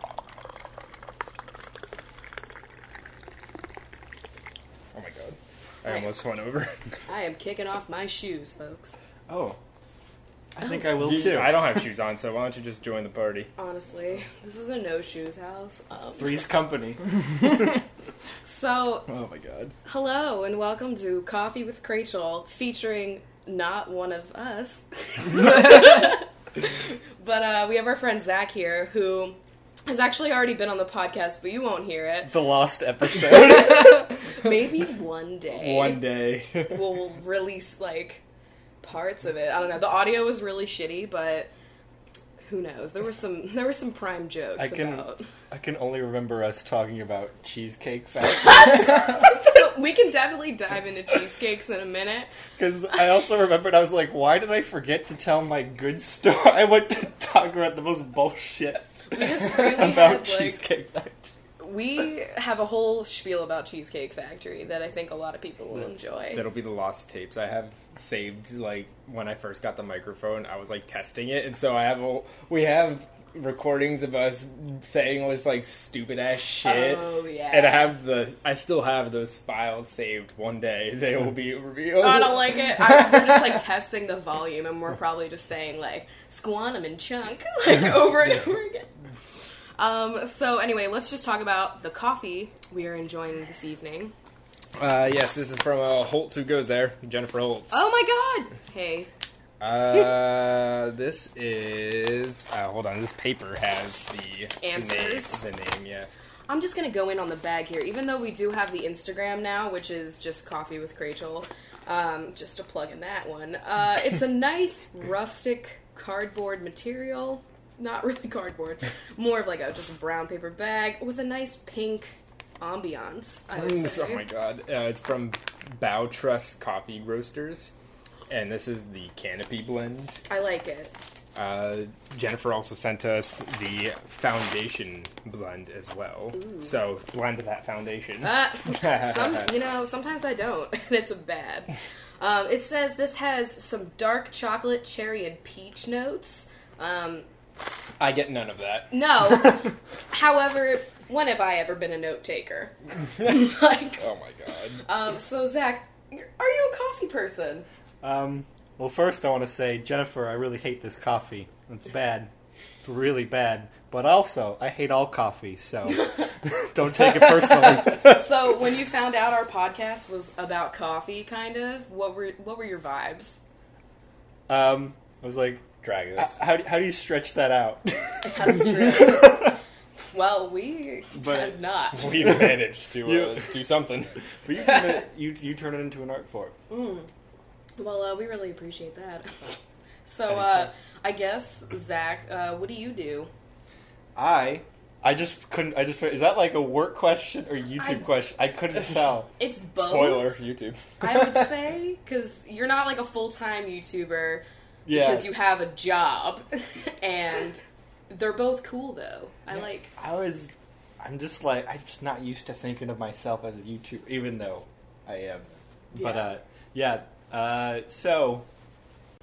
Oh I Right. almost went over. I am kicking off my shoes, folks. Oh, I think I will You- too. I don't have shoes on, so why don't you just join the party? Honestly, this is a no shoes house. Um, Three's company. So, Oh my god. hello and welcome to Coffee with Crachel, featuring not one of us, but uh, we have our friend Zach here who has actually already been on the podcast, but you won't hear it. The lost episode. Maybe one day One day. we'll release like parts of it. I don't know. The audio was really shitty, but who knows? There were some there were some prime jokes I can- about. I can only remember us talking about cheesecake factory So we can definitely dive into cheesecakes in a minute. because I also remembered I was like, why did I forget to tell my good story? I went to talk about the most bullshit We just really about had, like, cheesecake factory. we have a whole spiel about Cheesecake Factory that I think a lot of people will enjoy. That'll be the lost tapes I have saved. Like when I first got the microphone, I was like testing it, and so I have a, we have recordings of us saying all this like stupid ass shit. Oh yeah. And I have the I still have those files saved. One day they will be revealed. Oh, I don't like it. I, we're just like testing the volume, and we're probably just saying like squanum and chunk like over and over again. Um. So anyway, let's just talk about the coffee we are enjoying this evening. Uh, yes, this is from uh, Holtz who goes there, Jennifer Holtz. Oh my god! Hey, Oh. Uh, this is uh, hold on. This paper has the Answers. Name, the name, yeah. I'm just gonna go in on the bag here, even though we do have the Instagram now, which is just coffee with Rachel. Um, just a plug in that one. Uh, it's a nice rustic cardboard material, not really cardboard, more of like a just a brown paper bag with a nice pink ambiance. I would say. Oh my god. Uh, it's from Bow Trust Coffee Roasters, and this is the Canopy blend. I like it. Uh, Jennifer also sent us the Foundation blend as well. So blend that foundation. Uh, some, you know, sometimes I don't, and it's bad. Um, it says this has some dark chocolate, cherry, and peach notes. Um, I get none of that. No. However, when have I ever been a note taker? like, Oh my god. um, so Zach, you're- are you a coffee person? Um, well, first I want to say, Jennifer, I really hate this coffee. It's bad. It's really bad. But also, I hate all coffee, so don't take it personally. So when you found out our podcast was about coffee, kind of, what were what were your vibes? Um, I was like, Dragos. h- how do, how do you stretch that out? That's true. well, we But- have not. we managed to uh, You- do something. But you, turn it, you, you turn it into an art form. Well, uh, we really appreciate that. So, I think so. uh, I guess Zach, uh, what do you do? I, I just couldn't. I just is that like a work question or YouTube I- question? I couldn't tell. It's both. Spoiler YouTube. I would say because you're not like a full time YouTuber. Yeah, because you have a job and they're both cool though i like I was. I'm just like I'm just not used to thinking of myself as a YouTuber, even though I am. But Yeah. uh, yeah. Uh, so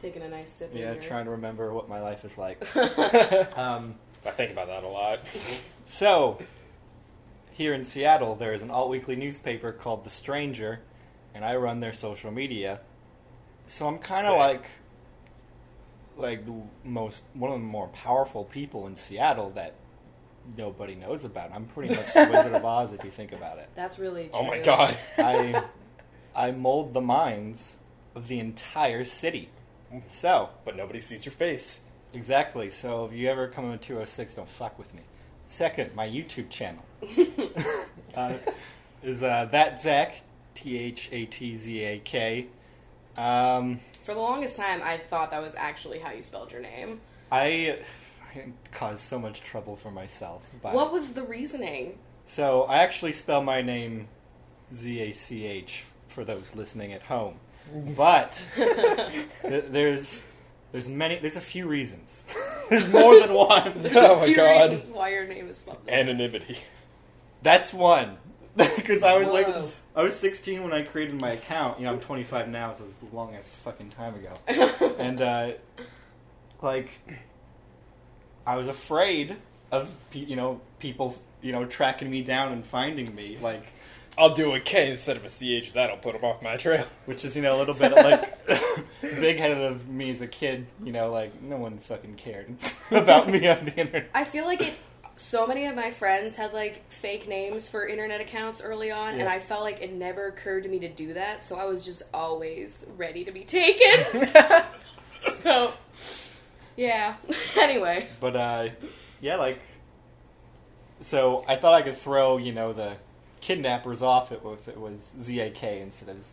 taking a nice sip yeah, in here. trying to remember what my life is like. um, I think about that a lot. Mm-hmm. so here in Seattle, there is an all-weekly newspaper called The Stranger, and I run their social media. So I'm kind of Sick. like like the most one of the more powerful people in Seattle that nobody knows about. I'm pretty much the Wizard of Oz if you think about it. that's really true. Oh my god. I I mold the minds of the entire city. So, but nobody sees your face. exactly. So if you ever come in 206, don't fuck with me. Second, my YouTube channel uh, is uh, that Zach T H A T Z A K. Um, for the longest time i thought that was actually how you spelled your name I, I caused so much trouble for myself. By, what was the reasoning so I actually spell my name Z A C H for those listening at home, but. Th- there's there's many there's a few reasons. there's more than one. Oh my Few God. reasons why your name is spelled this way. Anonymity. That's one. Because I was like Whoa. I was 16 when I created my account. You know, I'm 25 now, so it's a long ass fucking time ago. and uh like I was afraid of pe- you know people you know tracking me down and finding me like I'll do a K instead of a CH. That'll put him off my trail. Which is, you know, a little bit like big headed of me as a kid, you know, like no one fucking cared about me on the internet. I feel like it. So many of my friends had like fake names for internet accounts early on, and Yeah. I felt like it never occurred to me to do that. So I was just always ready to be taken. so, yeah. anyway, But uh yeah, like so I thought I could throw, you know, the kidnappers off it if it was Z A K instead of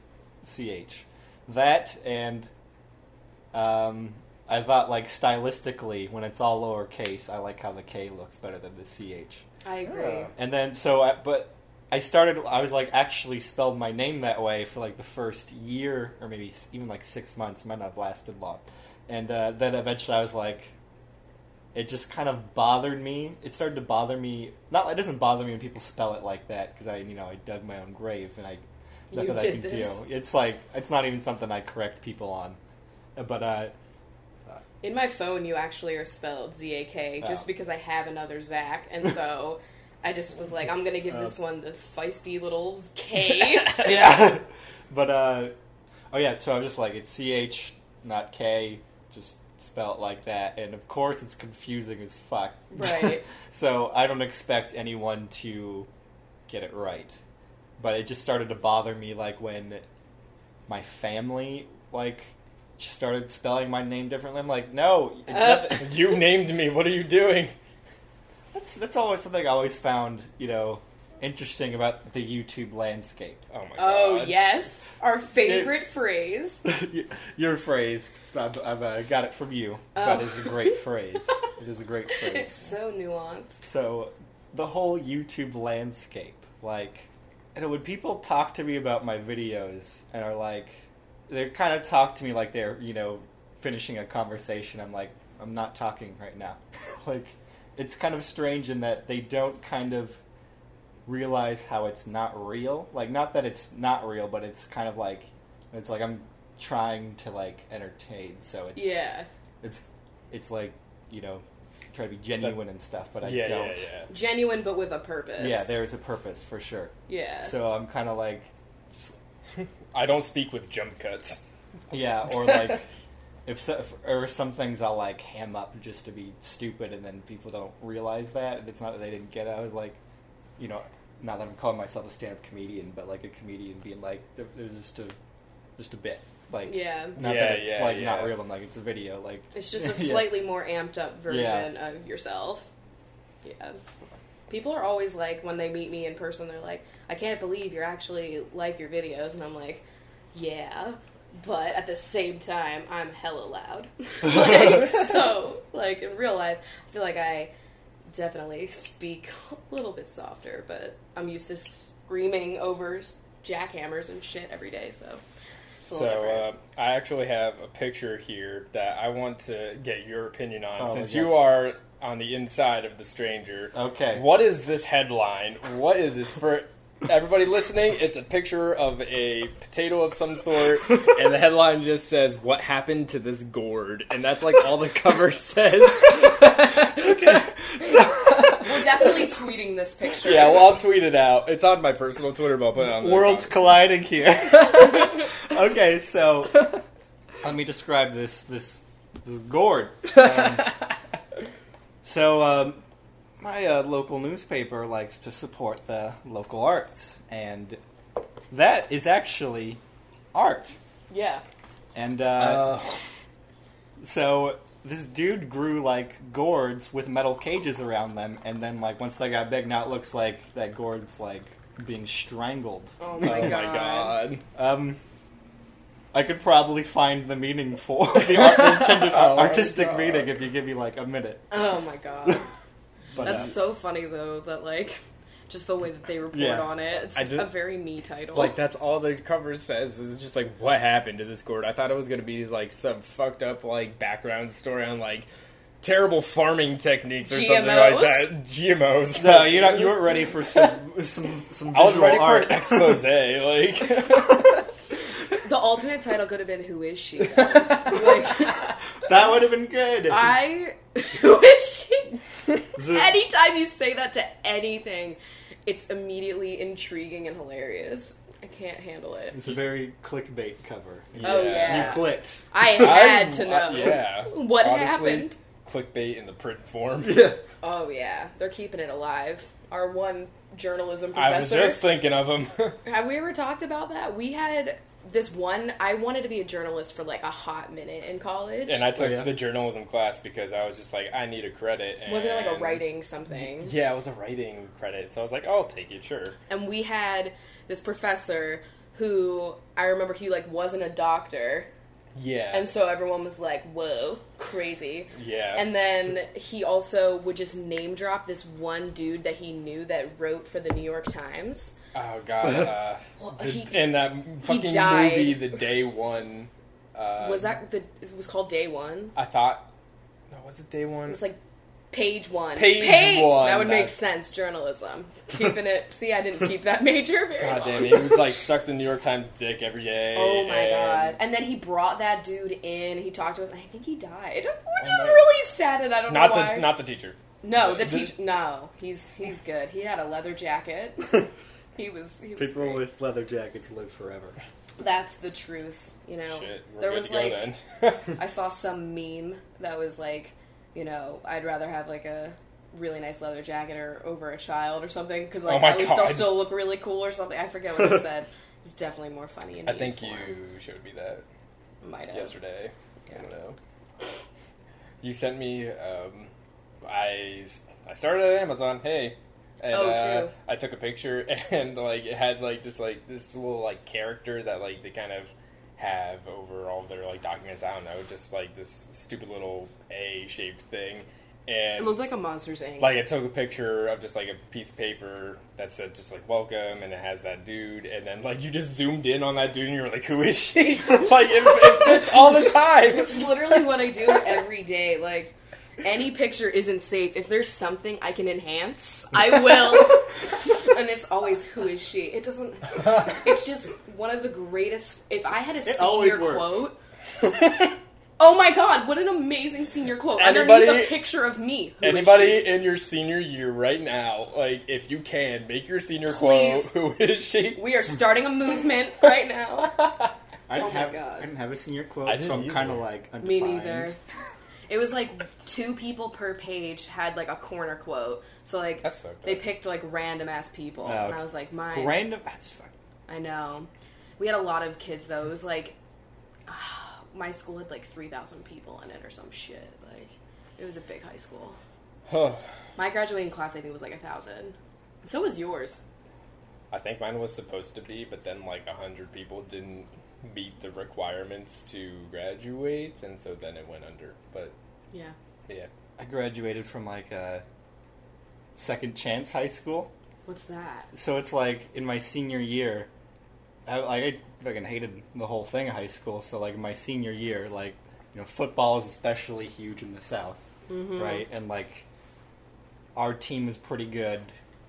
C H. That and um I thought like stylistically when it's all lowercase, I like how the K looks better than the C H. I agree. Yeah. And then so I, but I started I was like actually spelled my name that way for like the first year or maybe s- even like 6 months might not have lasted long. And uh, then eventually I was like it just kind of bothered me. It started to bother me. Not it doesn't bother me when people spell it like that because I you know I dug my own grave and I nothing You I did can this. do. It's like it's not even something I correct people on. But uh In my phone, you actually are spelled Z A K just Oh. because I have another Zach, and so I just was like, I'm gonna give this one the feisty little K. yeah. But uh oh yeah, so I'm just like it's CH not K, just spell it like that. And of course it's confusing as fuck. Right. so I don't expect anyone to get it right. But it just started to bother me like when my family like started spelling my name differently. I'm like, "No, it- Uh. You named me. What are you doing? that's that's always something I always found, you know, interesting about the YouTube landscape." Oh my oh god. yes, our favorite phrase. Your phrase, it's not- I've uh, got it from you. That Oh. is a great phrase. It is a great It's phrase. so nuanced. So, the whole YouTube landscape, like, and when people talk to me about my videos and are like, they kind of talk to me like they're, you know, finishing a conversation. I'm like, I'm not talking right now. like, it's kind of strange in that they don't kind of realize how it's not real. Like, not that it's not real, but it's kind of like, it's like I'm trying to like entertain. So it's Yeah, it's it's like you know try to be genuine and stuff, but I yeah, don't. yeah, yeah. genuine but with a purpose. Yeah, there is a purpose for sure. Yeah. So I'm kind of like, just, I don't speak with jump cuts. yeah, or like if, so, if or some things I'll like ham up just to be stupid, and then people don't realize that it's not that they didn't get it. I was like, you know, not that I'm calling myself a stand-up comedian, but like a comedian being like, there- there's just a just a bit, like Yeah. not Yeah, that it's yeah, like yeah. not real. I'm like it's a video, like It's just a Yeah. slightly more amped up version of yourself. Yeah. People are always like, when they meet me in person, they're like, I can't believe you're actually like your videos. And I'm like, yeah, but at the same time, I'm hella loud. like, so, like, in real life, I feel like I definitely speak a little bit softer, but I'm used to screaming over s- jackhammers and shit every day, so. it's a So little different. uh, I actually have a picture here that I want to get your opinion on, Oh my since God. you are on the inside of the stranger. okay, What is this headline? What is this for? Everybody listening, it's a picture of a potato of some sort, and the headline just says, What happened to this gourd? And that's like all the cover says. We're definitely tweeting this picture. yeah, well, I'll tweet it out. It's on my personal Twitter, but I'll put it on the Worlds colliding here. okay, so let me describe this this this gourd. Um, so um, my uh, local newspaper likes to support the local arts, and that is actually art. Yeah. And Uh, so this dude grew like gourds with metal cages around them, and then like once they got big, now it looks like that gourd's like being strangled. Oh oh my god. my god. Um, I could probably find the meaning for the art, the intended ar- Oh my artistic God. meaning if you give me like a minute. Oh my god. But, That's uh, so funny though that like just the way that they report Yeah. on it. It's I did- a very me title. Like that's all the cover says is just like what happened to this gourd. I thought it was gonna be like some fucked up like background story on like terrible farming techniques or something like GMOs? that. GMOs. no, you know you weren't ready for some some some. I was visual ready art. for an expose. Like the alternate title could have been Who is she? like that would have been good. I Who is she? Z- Anytime you say that to anything, it's immediately intriguing and hilarious. I can't handle it. It's a very clickbait cover. Oh Yeah. yeah, You clicked. I had to know. yeah. What Honestly, happened? Clickbait in the print form. Yeah. Oh yeah, they're keeping it alive. Our one journalism I was professor. just thinking of him. Have we ever talked about that? We had this one. I wanted to be a journalist for like a hot minute in college. and I took Oh, yeah. the journalism class because I was just like, I need a credit. And wasn't it like a writing something? Yeah, it was a writing credit. So I was like, "Oh, I'll take it, sure. and we had this professor who I remember he like wasn't a doctor, Yeah. and so everyone was like, "Whoa, crazy." yeah. And then he also would just name drop this one dude that he knew that wrote for the New York Times. oh god. Uh, Well, the- he- in that fucking died. movie, the day one. Uh, was that the it was called Day One? I thought. No, was it day one? It was like page one. Page one, That would make that's- sense. Journalism. Keeping it. See, I didn't keep that major very God long. damn it! He would like suck the New York Times dick every day. Oh my and- god! And then he brought that dude in. He talked to us, and I think he died, which is Oh my- really sad. And I don't Not know why. the not the teacher. no, the the- teacher. No, he's he's good. He had a leather jacket. he was. He was People great. with leather jackets live forever. That's the truth. You know, Shit, we're there good was to go like then. I saw some meme that was like, you know, I'd rather have like a really nice leather jacket or over a child or something because like Oh my at least I'll God. still look really cool or something. I forget what it said. It's definitely more funny. In I think you uniform. showed me that might have. yesterday. I Yeah. don't know. You sent me. Um, I s- I started at Amazon. Hey. And, Oh, uh, true. I took a picture and like it had like just like this little like character that like they kind of have over all their like documents. I don't know, just like this stupid little A shaped thing. And It looked like a Monsters Inc. like I took a picture of just like a piece of paper that said just like welcome and it has that dude and then like you just zoomed in on that dude and you were like who is she like it, it fits all the time It's literally what I do every day. Like, any picture isn't safe. If there's something I can enhance, I will. and it's always who is she? It doesn't. It's just one of the greatest. If I had a always senior works. quote. Oh my god! What an amazing senior quote Anybody- underneath a picture of me. Who is anybody she? in your senior year right now like if you can make your senior Please. quote who is she We are starting a movement right now. I didn't Oh my have God. I didn't have a senior quote, I didn't so I'm kind either. of like Me undefined. neither. It was like two people per page had like a corner quote. So like That's fucked they up. picked like random ass people, Oh. and I was like, mine. Random. That's fuck. I know. We had a lot of kids though. It was like my school had like three thousand people in it or some shit. Like it was a big high school. Huh. My graduating class I think was like a thousand. So was yours. I think mine was supposed to be but then like a hundred people didn't meet the requirements to graduate and so then it went under but Yeah. yeah I graduated from like a second chance high school, What's that? so it's like in my senior year. I, like I fucking hated the whole thing of high school. So like my senior year, like you know, football is especially huge in the South, right? And like our team is pretty good,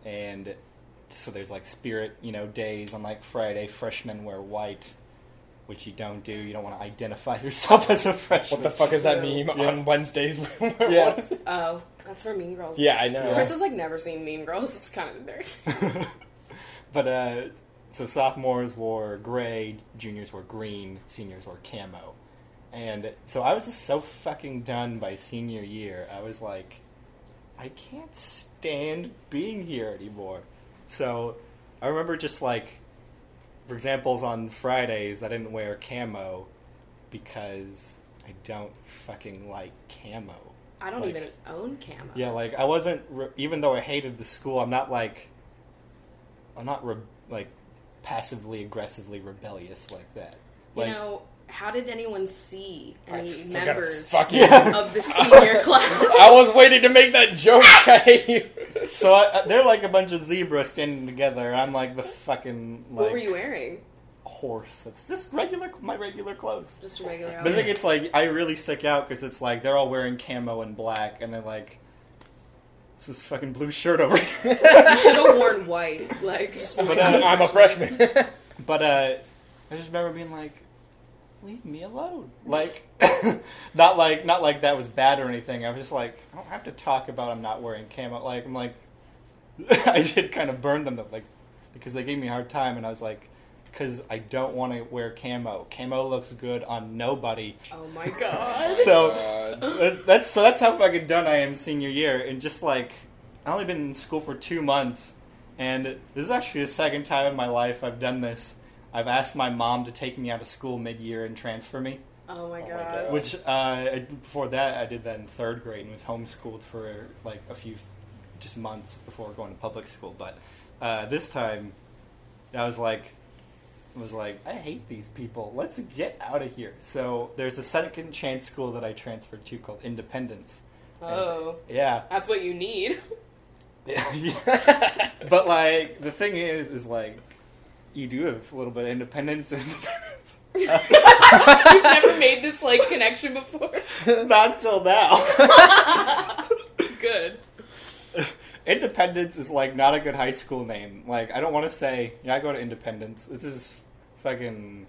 and so there's like spirit, you know, days on like Friday. Freshmen wear white, which you don't do. You don't want to identify yourself as a freshman. What the fuck is that Yeah. meme on Wednesdays? Yeah. yeah. Oh, that's for Mean Girls. yeah, I know. Chris has like never seen Mean Girls. It's kind of embarrassing. but uh, so sophomores wore gray, juniors wore green, seniors wore camo, and so I was just so fucking done by senior year. I was like, I can't stand being here anymore. So I remember just like, for examples on Fridays, I didn't wear camo because I don't fucking like camo. I don't Like- even own camo. Yeah, like I wasn't. Re- even though I hated the school, I'm not like. I'm not re- like passively aggressively rebellious like that. You Like, know, how did anyone see I any forgot to members fucking- Yeah. of the senior class? I was waiting to make that joke. Ah! right? so I, I- they're like a bunch of zebras standing together. I'm like the fucking like What were you wearing? horse. That's just regular my regular clothes. Just a regular But I outfit. think it's like I really stick out because it's like they're all wearing camo and black, and they're like, "It's this fucking blue shirt over here." You should have worn white. Like, just been like, I'm, I'm a freshman. But uh, I just remember being like, "Leave me alone!" Like, not like not like that was bad or anything. I was just like, I don't have to talk about I'm not wearing camo. Like, I'm like, I did kind of burn them though, like because they gave me a hard time, and I was like, because I don't want to wear camo. Camo looks good on nobody. Oh my god. So God. that- that's so that's how fucking done I am senior year, and just like I only been in school for two months, and this is actually the second time in my life I've done this. I've asked my mom to take me out of school mid-year and transfer me. oh my my god. God. Which uh, I- before that, I did that in third grade and was homeschooled for like a few just months before going to public school. But uh, this time, I was like, I was like, I hate these people. Let's get out of here. So there's a second chance school that I transferred to called Independence. Oh. Yeah. That's what you need. but like the thing is, is like you do have a little bit of independence and independence. You've never made this like connection before. Not till now. Good. Independence is like not a good high school name. Like I don't want to say yeah I go to Independence. This is fucking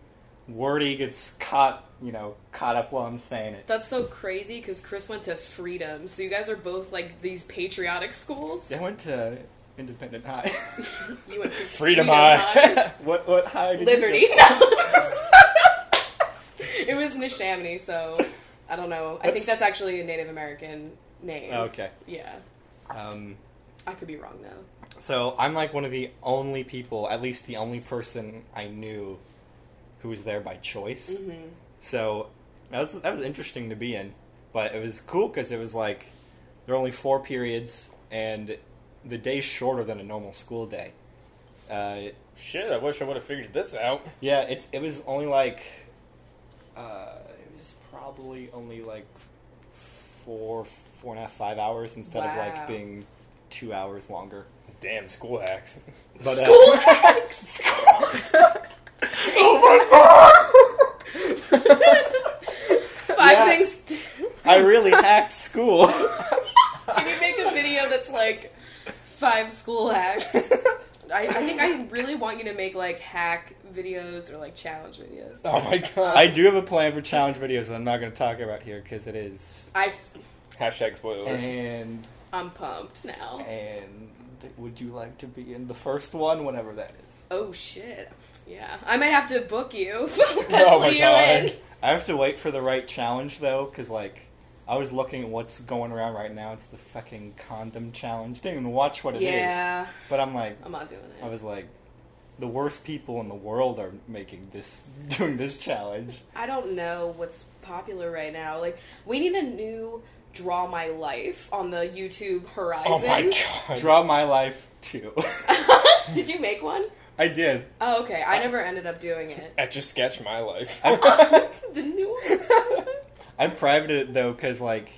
wordy gets caught you know caught up while I'm saying it. That's so crazy because Chris went to Freedom, so you guys are both like these patriotic schools. I went to Independent High. You went to Freedom High. what what high? Did you go Liberty. to? No. it was Nishnaminy, so I don't know. I think That's- that's actually a Native American name. Oh, okay. Yeah. Um, I could be wrong though. so I'm like one of the only people, at least the only person I knew, who was there by choice. hmm So that was that was interesting to be in, but it was cool because it was like there were only four periods and the day's shorter than a normal school day. Uh, Shit, I wish I would have figured this out. yeah, it's it was only like uh, it was probably only like four four and a half five hours instead of Wow. like being two hours longer. Damn school hacks. But, uh, School hacks. oh my god! Five Yeah. things. t- I really hacked school. Can you make a video that's like five school hacks? Oh I, I think I really want you to make like hack videos or like challenge videos. Oh my god. I do have a plan for challenge videos that I'm not going to talk about here because it is. I Hashtag spoilers. And am pumped now. and would you like to be in the first one, whenever that is? Oh shit. Yeah, I might have to book you. Oh Pencil my you God. in. I have to wait for the right challenge though, because like I was looking at what's going around right now. It's the fucking condom challenge. Didn't even watch what it is, yeah, but I'm like, I'm not doing it. I was like, the worst people in the world are making this, doing this challenge. I don't know what's popular right now. Like, we need a new draw my life on the YouTube horizon. Oh my god. Draw my life too. Did you make one? I did. Oh, okay. I never ended up doing it. Etch a sketch my life. The new one. I privated it though, because like,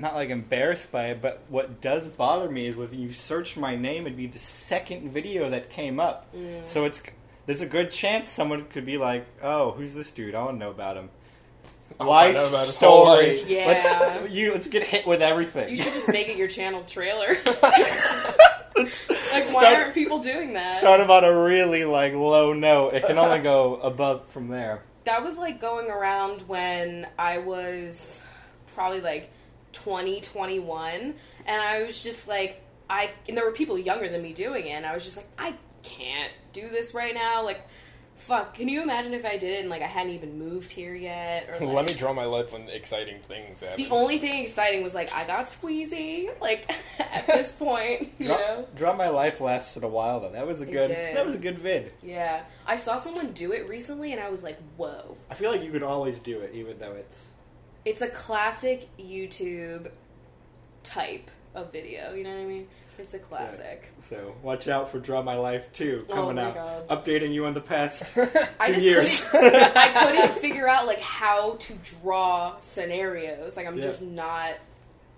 not like embarrassed by it, but what does bother me is when you search my name, it'd be the second video that came up. Mm. So it's there's a good chance someone could be like, "Oh, who's this dude? I want to know about him." I'll life find out about his whole story. life. Yeah. Let's you let's get hit with everything. You should just make it your channel trailer. Let's Like, why start, aren't people doing that? start about a really like low note. It can only go above from there. That was like going around when I was probably like 20, 21, and I was just like, I, and there were people younger than me doing it, and I was just like, I can't do this right now. Like, fuck, can you imagine if I did it and like I hadn't even moved here yet? Or, Let like- me draw my life when exciting things happen. The only thing exciting was like, I got squeezy, like, at this point, you Draw, know? Draw my life lasted a while though. That was a It good. did. That was a good vid. Yeah. I saw someone do it recently, and I was like, whoa. I feel like you could always do it, even though it's. it's a classic YouTube type of video. You know what I mean? It's a classic. So watch out for Draw My Life 2 Oh coming my out. God. Updating you on the past I two just years. couldn't. I couldn't figure out like how to draw scenarios. Like I'm Yeah. just not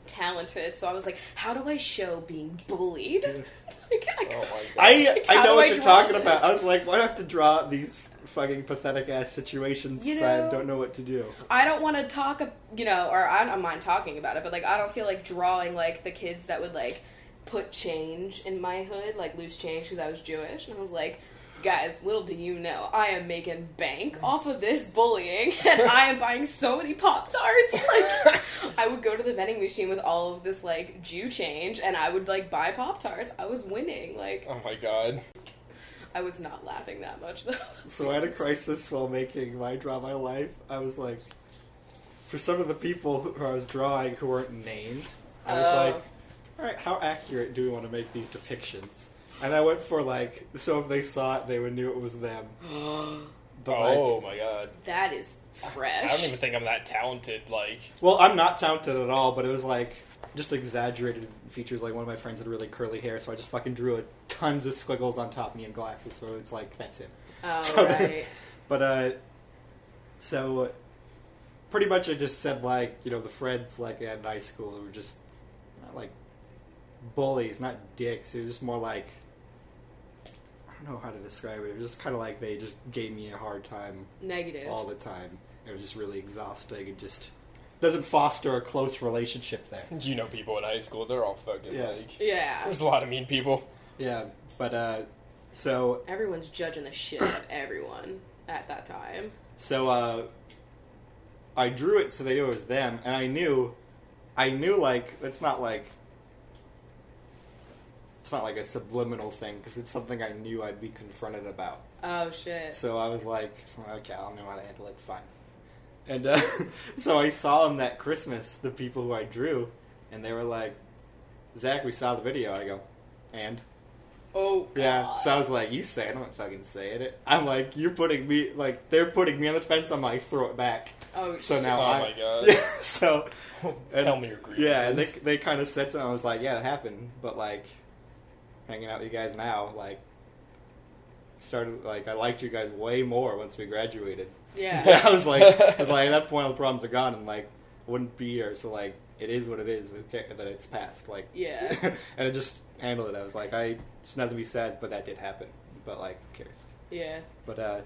talented. So I was like, how do I show being bullied? Like, I Oh my god. I, Like, I how know do what I you're draw talking this? about. I was like, why do I have to draw these fucking pathetic ass situations You because know- I don't know what to do? I don't want to talk, ab- you know, or I don't mind talking about it, but like I don't feel like drawing like the kids that would like put change in my hood, like loose change, because I was Jewish, and I was like, Guys, little do you know, I am making bank off of this bullying, and I am buying so many Pop Tarts. Like, I would go to the vending machine with all of this, like, Jew change, and I would, like, buy Pop Tarts. I was winning. Like, Oh my god. I was not laughing that much, though. So I had a crisis while making my draw my life. I was like, for some of the people who I was drawing who weren't named, I was Oh. like, all right, how accurate do we want to make these depictions? And I went for like, so if they saw it, they would knew it was them. But oh like, my god. That is I fresh. don't even think I'm that talented. Like, well, I'm not talented at all, but it was like just exaggerated features. Like one of my friends had really curly hair, so I just fucking drew a, tons of squiggles on top of me and glasses. So it's like that's it. Oh, So- right. But uh, so pretty much I just said like you know the friends like I had in high school who were just not like bullies, not dicks. It was just more like I don't know how to describe it. It was just kind of like they just gave me a hard time Negative. all the time. It was just really exhausting. It just doesn't foster a close relationship there. you know, people in high school, they're all fucking Yeah. like. Yeah. There's a lot of mean people. Yeah, but uh, so Everyone's judging the shit out of everyone at that time. So uh, I drew it so they knew it was them, and I knew, I knew like it's not like it's not like a subliminal thing because it's something I knew I'd be confronted about. Oh, shit. So I was like, okay, I'll know how to handle it. It's fine. And uh, so I saw them that Christmas, the people who I drew, and they were like, Zach, we saw the video. I go, and oh, God. yeah, so I was like, "You saying I'm not fucking saying it." I'm like, "You're putting me like they're putting me on the fence." I'm like, "Throw it back." oh, So shit. now Oh I, my God. Yeah, so And- Tell me your grievances. yeah, and they they kind of said something. I was like, "Yeah, it happened," but like hanging out with you guys now, like started like I liked you guys way more once we graduated. Yeah. I was like, I was like at that point all the problems are gone, and like I wouldn't be here. So like it is what it is. We can't- that it's past. Like Yeah. and I just handled it. I was like, I it's nothing to be said, but that did happen. But like, who cares? Yeah. But uh,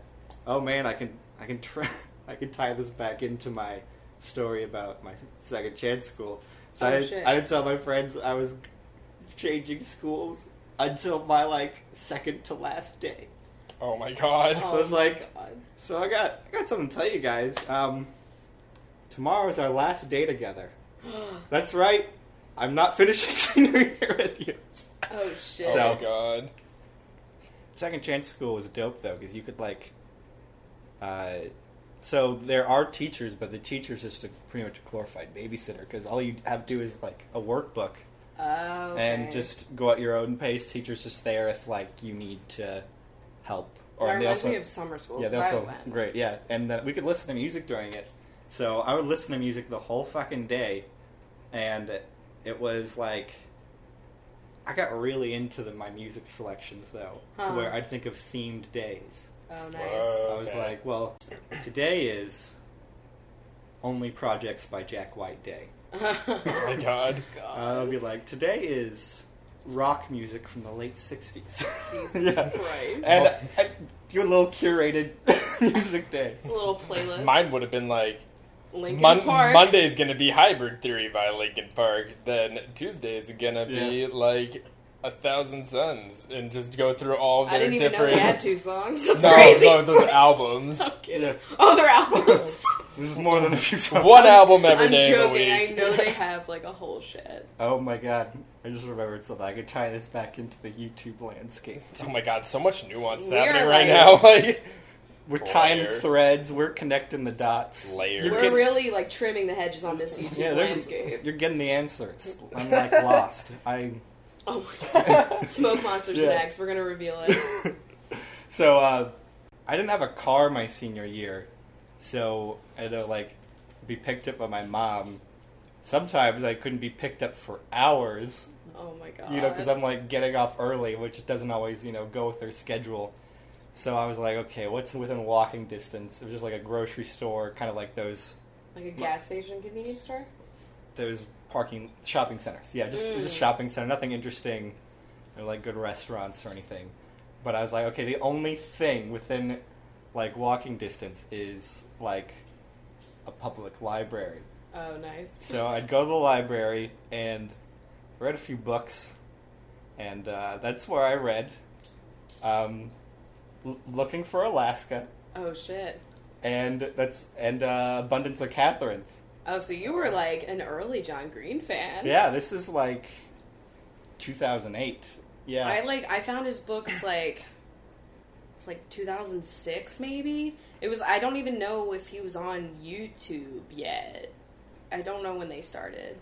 oh man, I can I can try I can tie this back into my story about my second chance school. So Oh, I, shit. didn't, I didn't tell my friends I was changing schools until my like second to last day. Oh my god. So it's my like- God. So I got I got something to tell you guys. Um, tomorrow's our last day together. That's right. I'm not finishing senior year with you. oh, shit. Oh So- my god. Second chance school was dope though because you could like, uh, so there are teachers, but the teacher's just a pretty much a glorified babysitter because all you have to do is like a workbook oh, okay. and just go at your own pace. Teacher's just there if like you need to help that they reminds also me of summer school. yeah they 'cause I also went. great yeah and then we could listen to music during it. So I would listen to music the whole fucking day, and it was like. I got really into the, my music selections though, Huh. to where I'd think of themed days. Oh, nice. Whoa. I was Okay. like, well, today is only projects by Jack White Day. Oh my god. God. Uh, I'll be like, today is rock music from the late 60s. Jesus yeah. Christ. And I do a little curated music day. It's a little playlist. Mine would have been like Linkin Mon- Park. Monday's gonna be Hybrid Theory by Linkin Park. Then Tuesday's gonna be Yeah. like A Thousand Suns, and just go through all of I their didn't even different. know they had two songs. That's no, crazy. no, those albums. I'm kidding. Yeah. Oh, their albums. This is more than a few songs. One album every I'm day of the joking. week. I know they have like a whole shed. Oh my god. I just remembered something. I could tie this back into the YouTube landscape. Oh my god, so much nuance We happening are right like- now. Like, We're tying Layer. threads, we're connecting the dots. Layers. You're We're getting- really like trimming the hedges on this YouTube Yeah, there's a- landscape. You're getting the answers. I'm like lost. I Oh my god. Smoke monsters Yeah. next. We're gonna reveal it. so uh, I didn't have a car my senior year, so I had to like be picked up by my mom. Sometimes I couldn't be picked up for hours, Oh my god. you know, because I'm like getting off early, which doesn't always you know go with their schedule. So I was like, okay, what's within walking distance? It was just like a grocery store, kind of like those like a gas station convenience store. those parking shopping centers. Yeah, just it was a Mm. shopping center, nothing interesting, or like good restaurants or anything. But I was like, okay, the only thing within like walking distance is like a public library. Oh, nice. So I'd go to the library and read a few books, and uh, that's where I read. Um, l- looking for Alaska, Oh shit. and that's and uh, Abundance of Catherines. Oh, so you were like an early John Green fan. Yeah, this is like 2008. Yeah, I like I found his books like it's like 2006 maybe. It was I don't even know if he was on YouTube yet. I don't know when they started.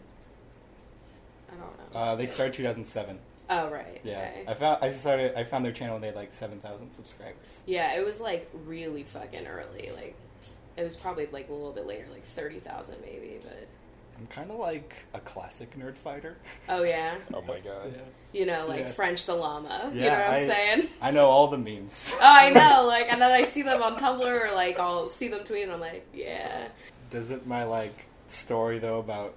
I don't know. uh, they started 2007. oh right. Yeah, Okay. I found I started I found their channel and they had like 7,000 subscribers. yeah, it was like really fucking early. Like it was probably like a little bit later, like 30,000 maybe, but I'm kind of like a classic nerd fighter. oh yeah. Oh my god. You know, like Yeah. French the llama. you know Yeah, what I'm I- saying? I know all the memes. Oh, I know. Like, and then I see them on Tumblr, or like I'll see them tweet, and I'm like, yeah. Doesn't my like story though about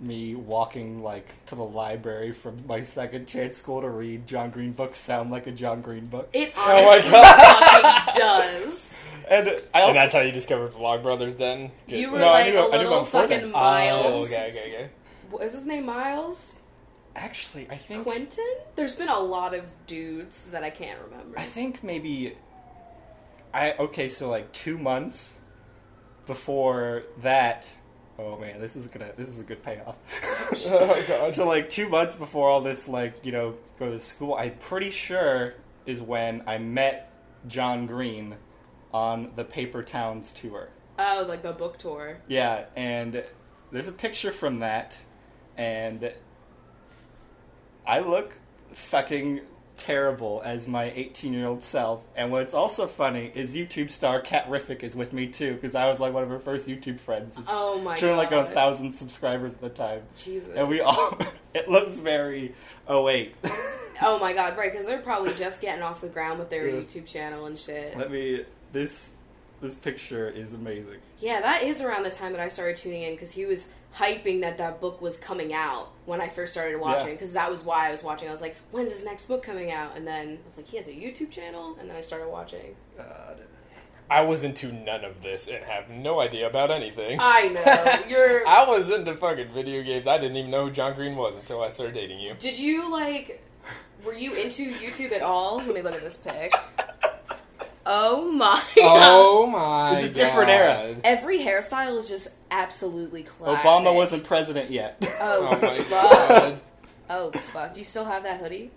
me walking like to the library from my second chance school to read John Green books sound like a John Green book? It Oh my honestly fucking does. And I also And that's how you discovered Vlogbrothers then? You were No, I like knew- I a knew little about Fortnite. fucking Oh, Oh, Miles. okay, okay, okay. What is his name? Miles actually I think Quentin. There's been a lot of dudes that I can't remember. I think maybe I okay, so like two months before that. Oh man, this is gonna this is a good payoff. Oh, God. so like two months before all this, like you know, go to school. I'm pretty sure is when I met John Green on the Paper Towns tour. Oh, like the book tour. Yeah, and there's a picture from that, and I look fucking terrible as my 18 year old self. And what's also funny is YouTube star Kat Riffick is with me too, because I was like one of her first YouTube friends. And Oh my she had like a God. thousand subscribers at the time. Jesus. And we all, it looks very, oh wait. Oh my god, right? Because they're probably just getting off the ground with their Yeah. YouTube channel and shit. Let me, this, this picture is amazing. Yeah, that is around the time that I started tuning in because he was hyping that that book was coming out when I first started watching Yeah. because that was why I was watching. I was like, when's his next book coming out? And then I was like, he has a YouTube channel? And then I started watching. God. I was into none of this and have no idea about anything. I know. You're. I was into fucking video games. I didn't even know who John Green was until I started dating you. Did you, like. Were you into YouTube at all? Let me look at this pic. Oh my god. Oh my! It's a different era. God. Every hairstyle is just absolutely classic. Obama wasn't president yet. Oh, Oh my fuck. god! Oh, fuck. Do you still have that hoodie?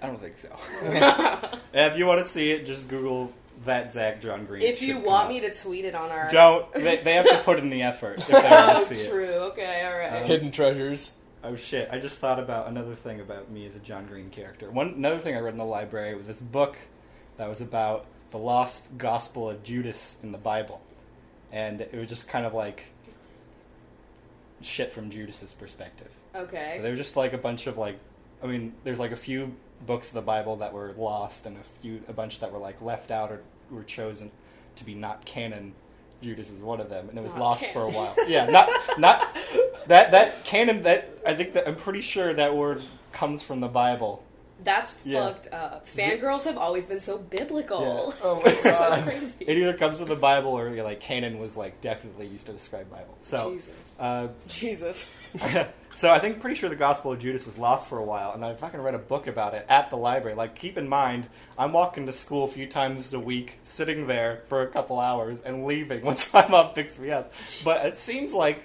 I don't think so. if you want to see it, just Google that Zach John Green. if you want me to tweet it on our. don't. They, they have to put in the effort if they want to Oh, see it. true. Okay, all right. Hidden treasures. Oh shit! I just thought about another thing about me as a John Green character. One another thing I read in the library was this book that was about the lost gospel of Judas in the Bible, and it was just kind of like shit from Judas's perspective. okay. Um, So they were just like a bunch of like, I mean, there's like a few books of the Bible that were lost and a few, a bunch that were like left out or were chosen to be not canon. Judas is one of them, and it was Not lost for a canon. while. yeah, not not that that canon that I think that I'm pretty sure that word comes from the Bible. That's Yeah. fucked up. Fangirls have always been so biblical. Yeah. Oh my It's so God. crazy. It either comes from the Bible or like canon was like definitely used to describe Bible. So. Jesus. Uh, Jesus. so I think pretty sure the Gospel of Judas was lost for a while, and I fucking read a book about it at the library. Like, keep in mind, I'm walking to school a few times a week, sitting there for a couple hours, and leaving once my mom picks me up. But it seems like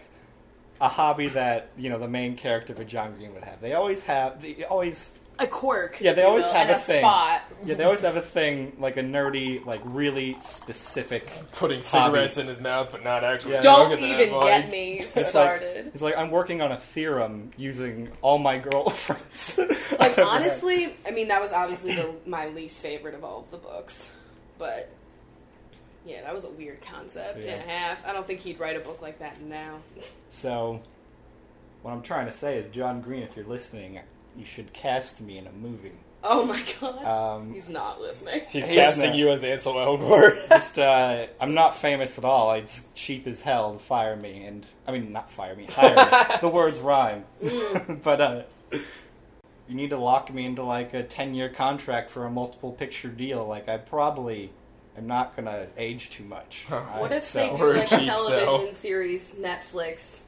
a hobby that you know the main character of a John Green would have. They always have, they always, A quirk. Yeah, they if you always will, have and a thing. spot. yeah, they always have a thing like a nerdy, like really specific. Putting Hobby. cigarettes in his mouth, but not actually. Yeah. Don't smoking them, even like- get me like- started. It's like I'm working on a theorem using all my girlfriends. Like, honestly, I mean, that was obviously the, my least favorite of all of the books. But, yeah, that was a weird concept Yeah. and a half. I don't think he'd write a book like that now. So, what I'm trying to say is, John Green, if you're listening, you should cast me in a movie. Oh my god. Um, He's not listening. He's He's casting not. you as Ansel Elgort. just, uh, I'm not famous at all. It's cheap as hell to fire me, and I mean, not fire me, hire me. the words rhyme, Mm. but uh, you need to lock me into like a 10 year contract for a multiple picture deal. Like, I probably. am not gonna age too much. What Alright, if they so- do like a Cheap sell. television series, Netflix,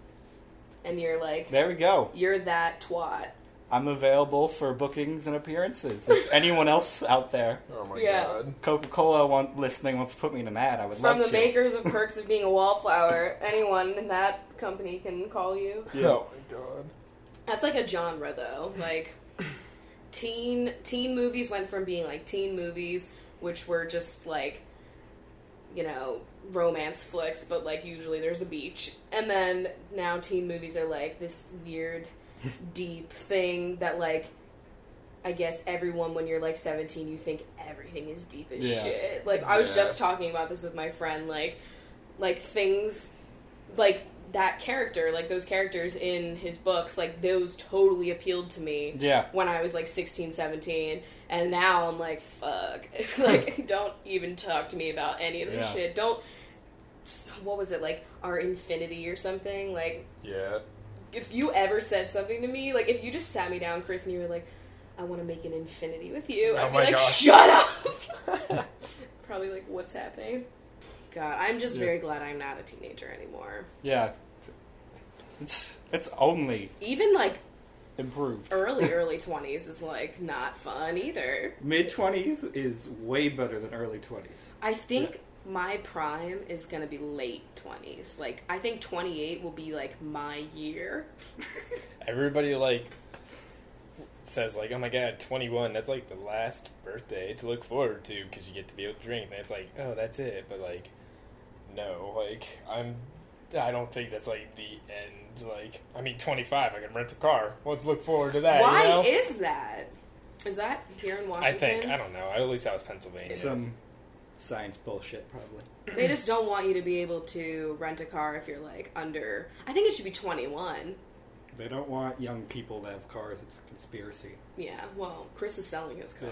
and you're like, There we go. you're that twat, I'm available for bookings and appearances. If anyone else out there, Oh my Yeah. god. Coca Cola want listening wants to put me in an ad, I would From love the to. makers of Perks of Being a Wallflower, anyone in that company can call you. Yeah. Oh my god. That's like a genre though. Like teen teen movies went from being like teen movies, which were just like you know, romance flicks, but like usually there's a beach. And then now teen movies are like this weird deep thing that like I guess everyone when you're like 17 you think everything is deep as Yeah. shit. Like I was Yeah. just talking about this with my friend like like things like that character, like those characters in his books, like those totally appealed to me Yeah. when I was like 16, 17. And now I'm like, fuck. like, don't even talk to me about any of this Yeah. shit. Don't. s- What was it? Like, our infinity or something? Like, Yeah. if you ever said something to me, like, if you just sat me down, Chris, and you were like, I want to make an infinity with you, Oh I'd be my like, gosh. shut up. Probably like, what's happening? God, I'm just Yeah. very glad I'm not a teenager anymore. Yeah. It's it's only Even like improved. early, early 20s is like not fun either. Mid twenties is way better than early twenties. I think my prime is gonna be late twenties. Like I think twenty eight will be like my year. Everybody like says like, "Oh my god, 21. That's like the last birthday to look forward to because you get to be able to drink." And it's like, "Oh, that's it." But like, no, like I'm. I don't think that's like the end. Like, I mean, 25. I can rent a car. Let's look forward to that. you Why know? is that? Is that here in I Washington? think I don't know. At least that was Pennsylvania. Some science bullshit probably. They just don't want you to be able to rent a car if you're like under. I think it should be twenty one. They don't want young people to have cars, it's a conspiracy. Yeah. Well, Chris is selling his car.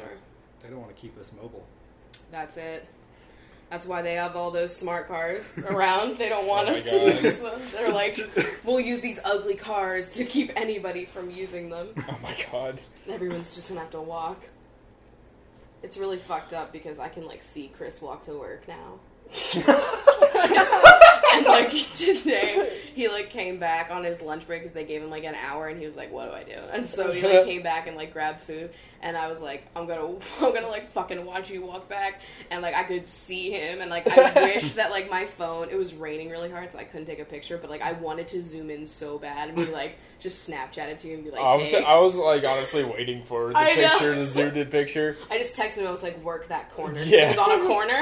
They don't want to keep us mobile. That's it. That's why they have all those smart cars around. They don't want Oh my us God. to use them. They're like, we'll use these ugly cars to keep anybody from using them. Oh my god. everyone's just gonna have to walk. It's really fucked up because I can like see Chris walk to work now. and like today, he like came back on his lunch break because they gave him like an hour, and he was like, "What do I do?" And so he like came back and like grabbed food, and I was like, "I'm gonna, I'm gonna like fucking watch you walk back," and like I could see him, and like I wish that like my phone. It was raining really hard, so I couldn't take a picture, but like I wanted to zoom in so bad and be like, just Snapchat it to you and be like, Oh, I was "Hey." I was like honestly waiting for the I know. picture, the zoomed in picture. I just texted him. I was like, "Work that corner." 'cause Yeah. He was on a corner,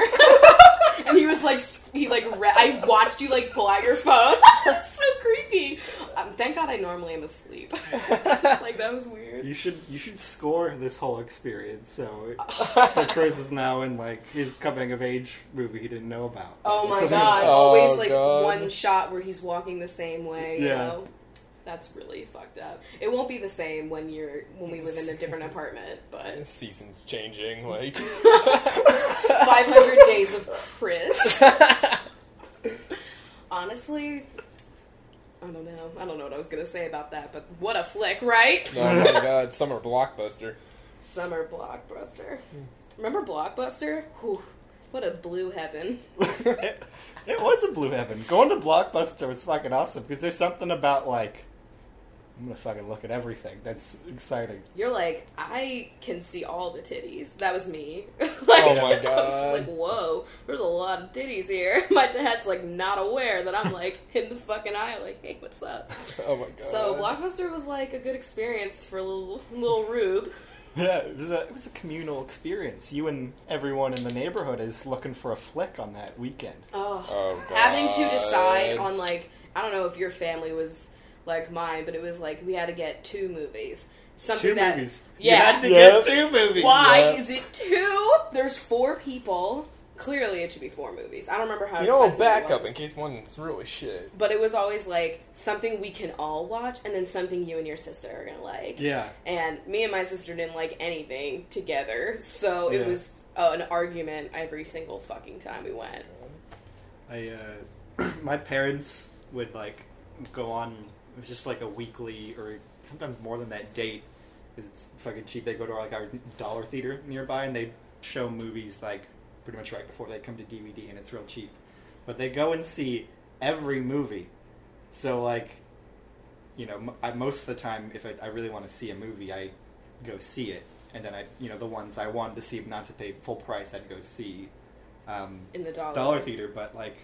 and he was like, s- he like, re- I watched you like pull out your phone. so creepy. Um, thank God I normally am asleep. Just, like that was weird. You should you should score this whole experience. So so Chris is now in like his coming of age movie he didn't know about. Oh my Something God! like- Oh, Always like God. one shot where he's walking the same way. You Yeah. know? That's really fucked up. It won't be the same when you're when we live in a different apartment, but Seasons changing, like 500 days of Chris. Honestly, I don't know. I don't know what I was gonna say about that, but what a flick, right? oh my god, summer blockbuster. Summer blockbuster. Remember Blockbuster? Whew, what a blue heaven. it, it was a blue heaven. Going to Blockbuster was fucking awesome because there's something about like I'm gonna fucking look at everything. That's exciting. You're like, I can see all the titties. That was me. like, Oh my I was just God. like, whoa, there's a lot of titties here. My dad's like not aware that I'm like in the fucking eye, like, hey, what's up? Oh my god. So Blockbuster was like a good experience for little little Rube. Yeah, it was a it was a communal experience. You and everyone in the neighborhood is looking for a flick on that weekend. Oh, Oh, having to decide God. on like I don't know if your family was like mine, but it was like we had to get two movies. Something Two that movies. yeah. You had to Yep. get two movies. why Yeah. is it two? There's four people. Clearly, it should be four movies. I don't remember how. You know, expensive back it up was. in case one's really shit. But it was always like something we can all watch, and then something you and your sister are gonna like. Yeah. and me and my sister didn't like anything together, so it Yeah. was uh, an argument every single fucking time we went. I uh, my parents would like go on. It was just like a weekly or sometimes more than that date. 'cause it's fucking cheap. They go to like our dollar theater nearby and they show movies like pretty much right before they come to DVD and it's real cheap. But they go and see every movie. So like you know, m I most of the time, if I, I really want to see a movie, I go see it, and then I, you know, the ones I wanted to see but not to pay full price, I'd go see um, in the dollar. dollar theater. But like,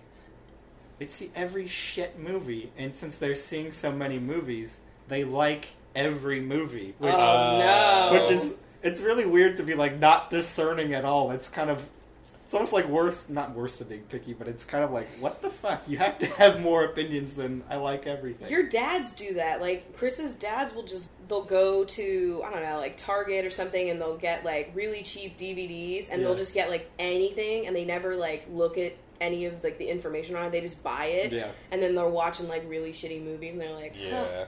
they'd see every shit movie, and since they're seeing so many movies, they like every movie, which oh no! which is it's really weird to be like not discerning at all. It's kind of it's almost like worse not worse than being picky, but it's kind of like what the fuck? You have to have more opinions than I like everything. Your dads do that. Like Chris's dads will just they'll go to I don't know like Target or something and they'll get like really cheap DVDs and Yeah. they'll just get like anything and they never like look at any of like the information on it. They just buy it yeah. and then they're watching like really shitty movies and they're like, huh, Yeah.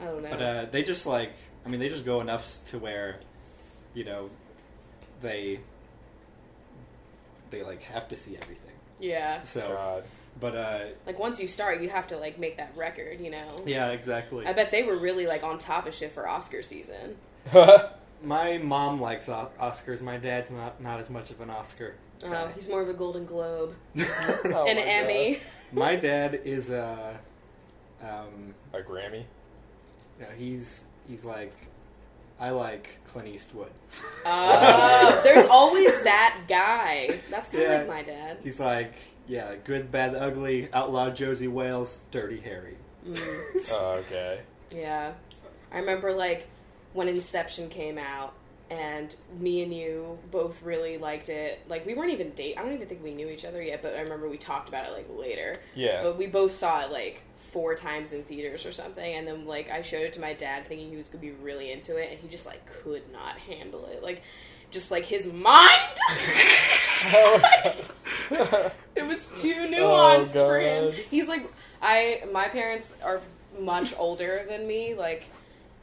I don't know. But uh, they just like, I mean, they just go enough s- to where, you know, they they like have to see everything. yeah, So, God. but uh, like once you start, you have to like make that record. You know. yeah, exactly. I bet they were really like on top of shit for Oscar season. My mom likes o- Oscars. My dad's not not as much of an Oscar. Oh, guy. he's more of a Golden Globe, Oh an my Emmy. My dad is a, um, God. A Grammy. no, he's he's like, I like Clint Eastwood. Oh, there's always that guy. That's kind of Yeah. like my dad. He's like, yeah, good, bad, ugly, outlaw Josie Wales, Dirty Harry. Mm, Oh, okay. yeah, I remember like when Inception came out, and me and you both really liked it. Like we weren't even date. I don't even think we knew each other yet, but I remember we talked about it like later. Yeah. But we both saw it like four times in theaters or something, and then like I showed it to my dad, thinking he was gonna be really into it, and he just like could not handle it. Like, just like his mind. It was too nuanced for him. God. He's like, I. My parents are much older than me. Like,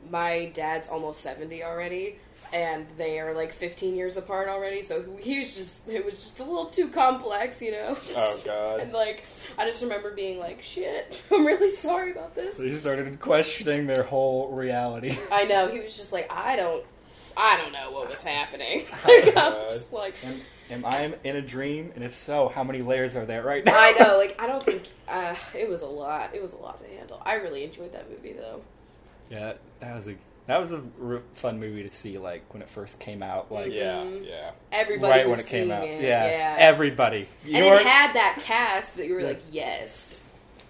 my dad's almost seventy already, and they are like fifteen years apart already. So he was just, it was just a little too complex, you know. oh And God. like, I just remember being like, "Shit, I'm really sorry about this." So he started questioning their whole reality. I know he was just like, "I don't, I don't know what was happening." Oh, like, I'm God. just like, am, am I in a dream? And if so, how many layers are there right now? I know, like, I don't think uh, it was a lot. It was a lot to handle. I really enjoyed that movie though. Yeah, that, that was a that was a r- fun movie to see. Like when it first came out, like Yeah. Mhm. Yeah. Everybody right was when it came seeing out. it. yeah, yeah. everybody. You and were, it had that cast that you were Yeah. like, yes.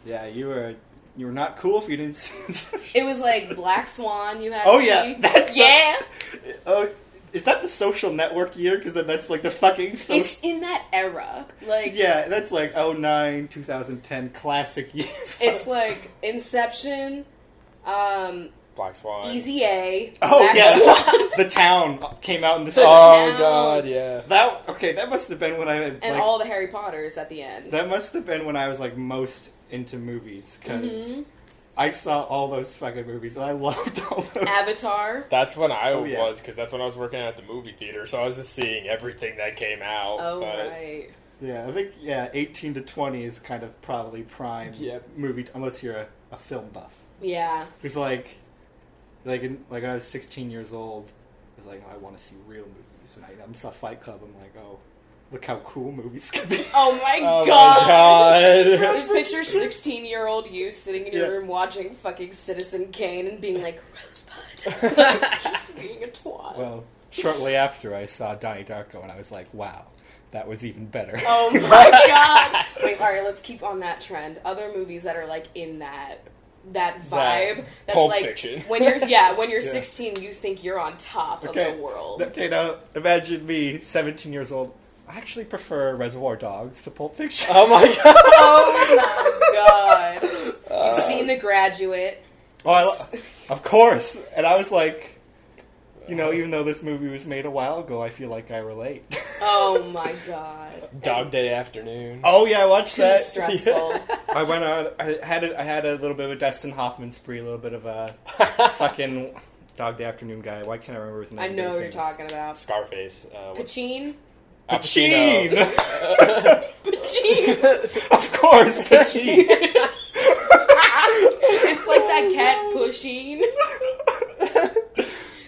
yeah, you were you were not cool if you didn't see. It was like Black Swan. You had. Oh, to yeah, see. that's the- yeah. oh, is that the social network year? Because then that's like the fucking social. It's in that era. Like yeah, that's like 09, 2010 classic years. It's like Inception, um, Black Swan. Easy A. Oh, Black yeah. Swan. the town came out in the Oh Town. God. Yeah. that okay. That must have been when I like, and all the Harry Potters at the end. That must have been when I was like most into movies because Mhm. I saw all those fucking movies and I loved all those. Avatar. That's when I Oh, yeah. was because that's when I was working at the movie theater, so I was just seeing everything that came out. Oh but right. yeah, I think yeah, eighteen to twenty is kind of probably prime Yep. movie t- unless you're a, a film buff. Yeah. It's like like in, like when I was sixteen years old, I was like, oh, I want to see real movies, and I, I saw Fight Club. I'm like, oh, look how cool movies can be. Oh my Oh my god. God. Just picture sixteen year old you sitting in your Yeah. room watching fucking Citizen Kane and being like Rosebud. Just being a twat. well, shortly after I saw Donnie Darko, and I was like, wow, that was even better. Oh my god! Wait, all right, let's keep on that trend. Other movies that are like in that that vibe. that's Pulp like Fiction. when you're yeah when you're Yeah. 16, you think you're on top of the world. Okay, now imagine me, 17 years old. I actually prefer Reservoir Dogs to Pulp Fiction. Oh my God. oh my god! You've seen The Graduate. Oh, I lo- of course. And I was like, you Uh, know, even though this movie was made a while ago, I feel like I relate. Oh my god! Dog Day Afternoon. oh yeah, I watched Too that. stressful. I went on. I had a, I had a little bit of a Dustin Hoffman spree, a little bit of a Oh. fucking Dog Day Afternoon guy. Why can't I remember his name? I know Very what you're famous. talking about. Scarface. Uh, what- Pacine. Al Pacino. Pacino. Pacine. of course, Pacino. it's like Oh, that cat pushing.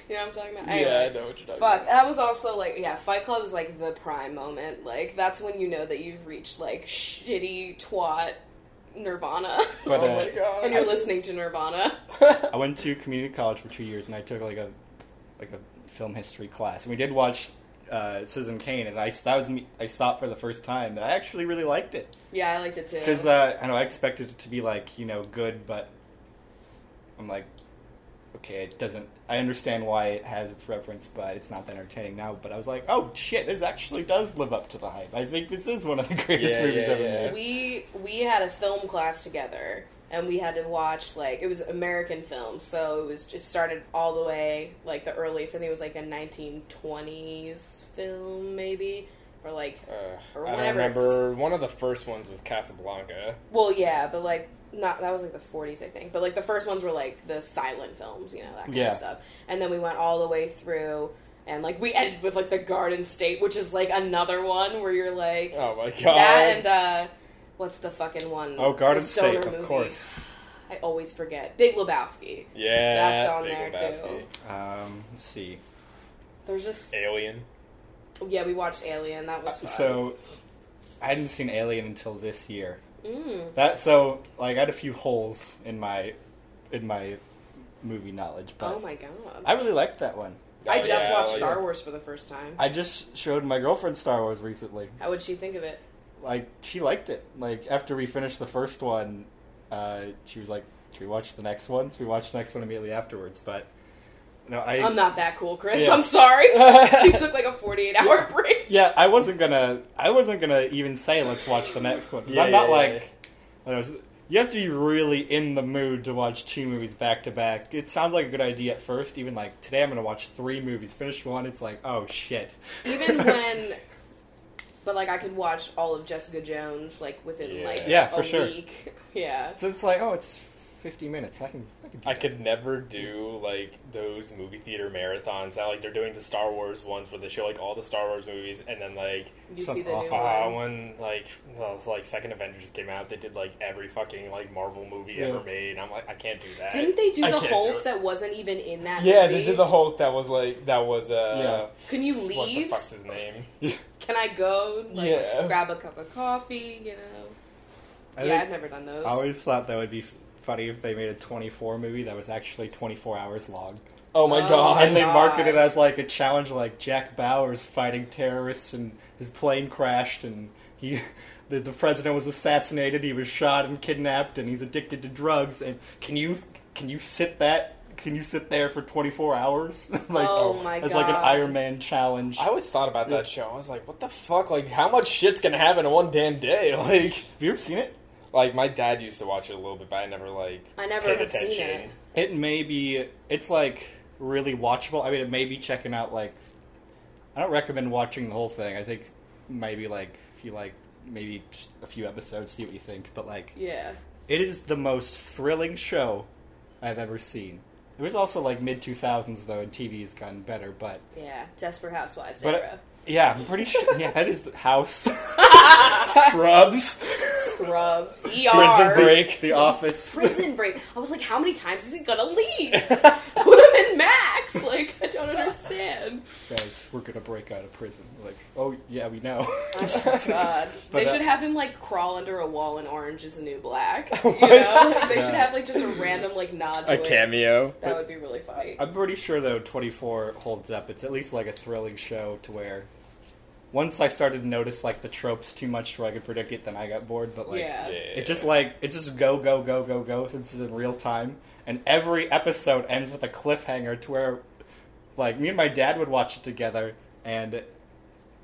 you know what I'm talking about? Anyway. Yeah, I know what you're talking Fuck, about. that was also like, yeah, Fight Club is like the prime moment. Like, that's when you know that you've reached like shitty twat Nirvana. But, oh my uh, god. and you're listening to Nirvana. I went to community college for two years, and I took like a like a film history class, and we did watch uh, Citizen Kane, and I that was me, I saw it for the first time, and I actually really liked it Yeah, I liked it too. because uh, I know I expected it to be like you know good, but I'm like, okay, it doesn't. I understand why it has its reference, but it's not that entertaining now. But I was like, oh shit, this actually does live up to the hype. I think this is one of the greatest Yeah, movies yeah, ever yeah. made. we we had a film class together and we had to watch like it was American films, so it was it started all the way like the earliest. I think it was like a 1920s film maybe or like Uh, Or I don't whatever it's- remember. One of the first ones was Casablanca. well yeah, but like not that was like the 40s I think. But like the first ones were like the silent films, you know, that kind Yeah. of stuff. And then we went all the way through and like we ended with like the Garden State, which is like another one where you're like Oh my god. that and uh what's the fucking one? Oh, Garden The stoner State, of movie. course. I always forget. Big Lebowski. yeah. That's on Big there, Lebowski. too. Um, let's see. There's just Alien. yeah. We watched Alien. That Uh, was fun. Uh, So, I hadn't seen Alien until this year. mm, That so like I had a few holes in my in my movie knowledge, but oh my god. I really liked that one. I Oh, just uh, yeah, watched like- Star Wars for the first time. I just showed my girlfriend Star Wars recently. How would she think of it? Like she liked it. Like after we finished the first one, uh, she was like, "Should we watch the next one?" So we watched the next one immediately afterwards. But no, I I'm not that cool, Chris. Yeah. I'm sorry. you took like a 48 hour break. yeah, I wasn't gonna I wasn't gonna even say let's watch the next one 'cause Yeah, I'm not yeah, like. yeah, I don't know, you have to be really in the mood to watch two movies back to back. It sounds like a good idea at first, even like today I'm going to watch three movies. Finish one, it's like, oh shit. Even when, but like I could watch all of Jessica Jones like within Yeah. like Yeah, for a sure. week. Yeah. So it's like, oh, it's 50 minutes. I can, I can do I that. could never do like those movie theater marathons that like they're doing the Star Wars ones where they show like all the Star Wars movies and then like You Sounds see the new awful. one. uh, when like well, like second Avengers came out they did like every fucking like Marvel movie Yeah. ever made. I'm like I can't do that. Didn't they do I the can't do Hulk it. that wasn't even in that yeah, movie? they did the Hulk that was like that was uh Can you what the leave? fuck's his name? Can I go? Like, Yeah. Grab a cup of coffee, you know? I, yeah, I've think- never done those. I always thought that would be f- funny if they made a 24 movie that was actually 24 hours long. Oh my Oh god. And they God. marketed it as like a challenge, like Jack Bauer's fighting terrorists, and his plane crashed, and he, the, the president was assassinated. He was shot and kidnapped, and he's addicted to drugs. And can you can you sit that? Can you sit there for twenty four hours? like, Oh my As like an God. Iron Man challenge. I always thought about Yeah. that show. I was like, what the fuck? Like how much shit's gonna happen in one damn day? Like Have you ever seen it? like my dad used to watch it a little bit, but I never like I never paid have seen attention. it. It may be. It's like really watchable. I mean, it may be checking out. Like, I don't recommend watching the whole thing. I think maybe like if you like maybe just a few episodes, see what you think. But like, Yeah. it is the most thrilling show I've ever seen. It was also like mid two thousands though, and TV has gotten better. But Yeah. Desperate Housewives But- era. yeah, I'm pretty sure. Yeah, that is the house. Scrubs, Scrubs. ER. Prison Break. The Office. Prison Break. I was like, how many times is he gonna leave? Put him in Max. Like, I don't understand. Guys, we're gonna break out of prison. Like, oh yeah, we know. Oh, God. But, they uh, should have him like crawl under a wall in Orange is the New Black. You my know? God. they should have like just a random like nod to A it. cameo. That would be really funny. I'm pretty sure though 24 holds up. It's at least like a thrilling show to where once I started to notice like the tropes too much where I could predict it, then I got bored. But like yeah. it just like it's just go go go go go since it's in real time, and every episode ends with a cliffhanger to where like me and my dad would watch it together and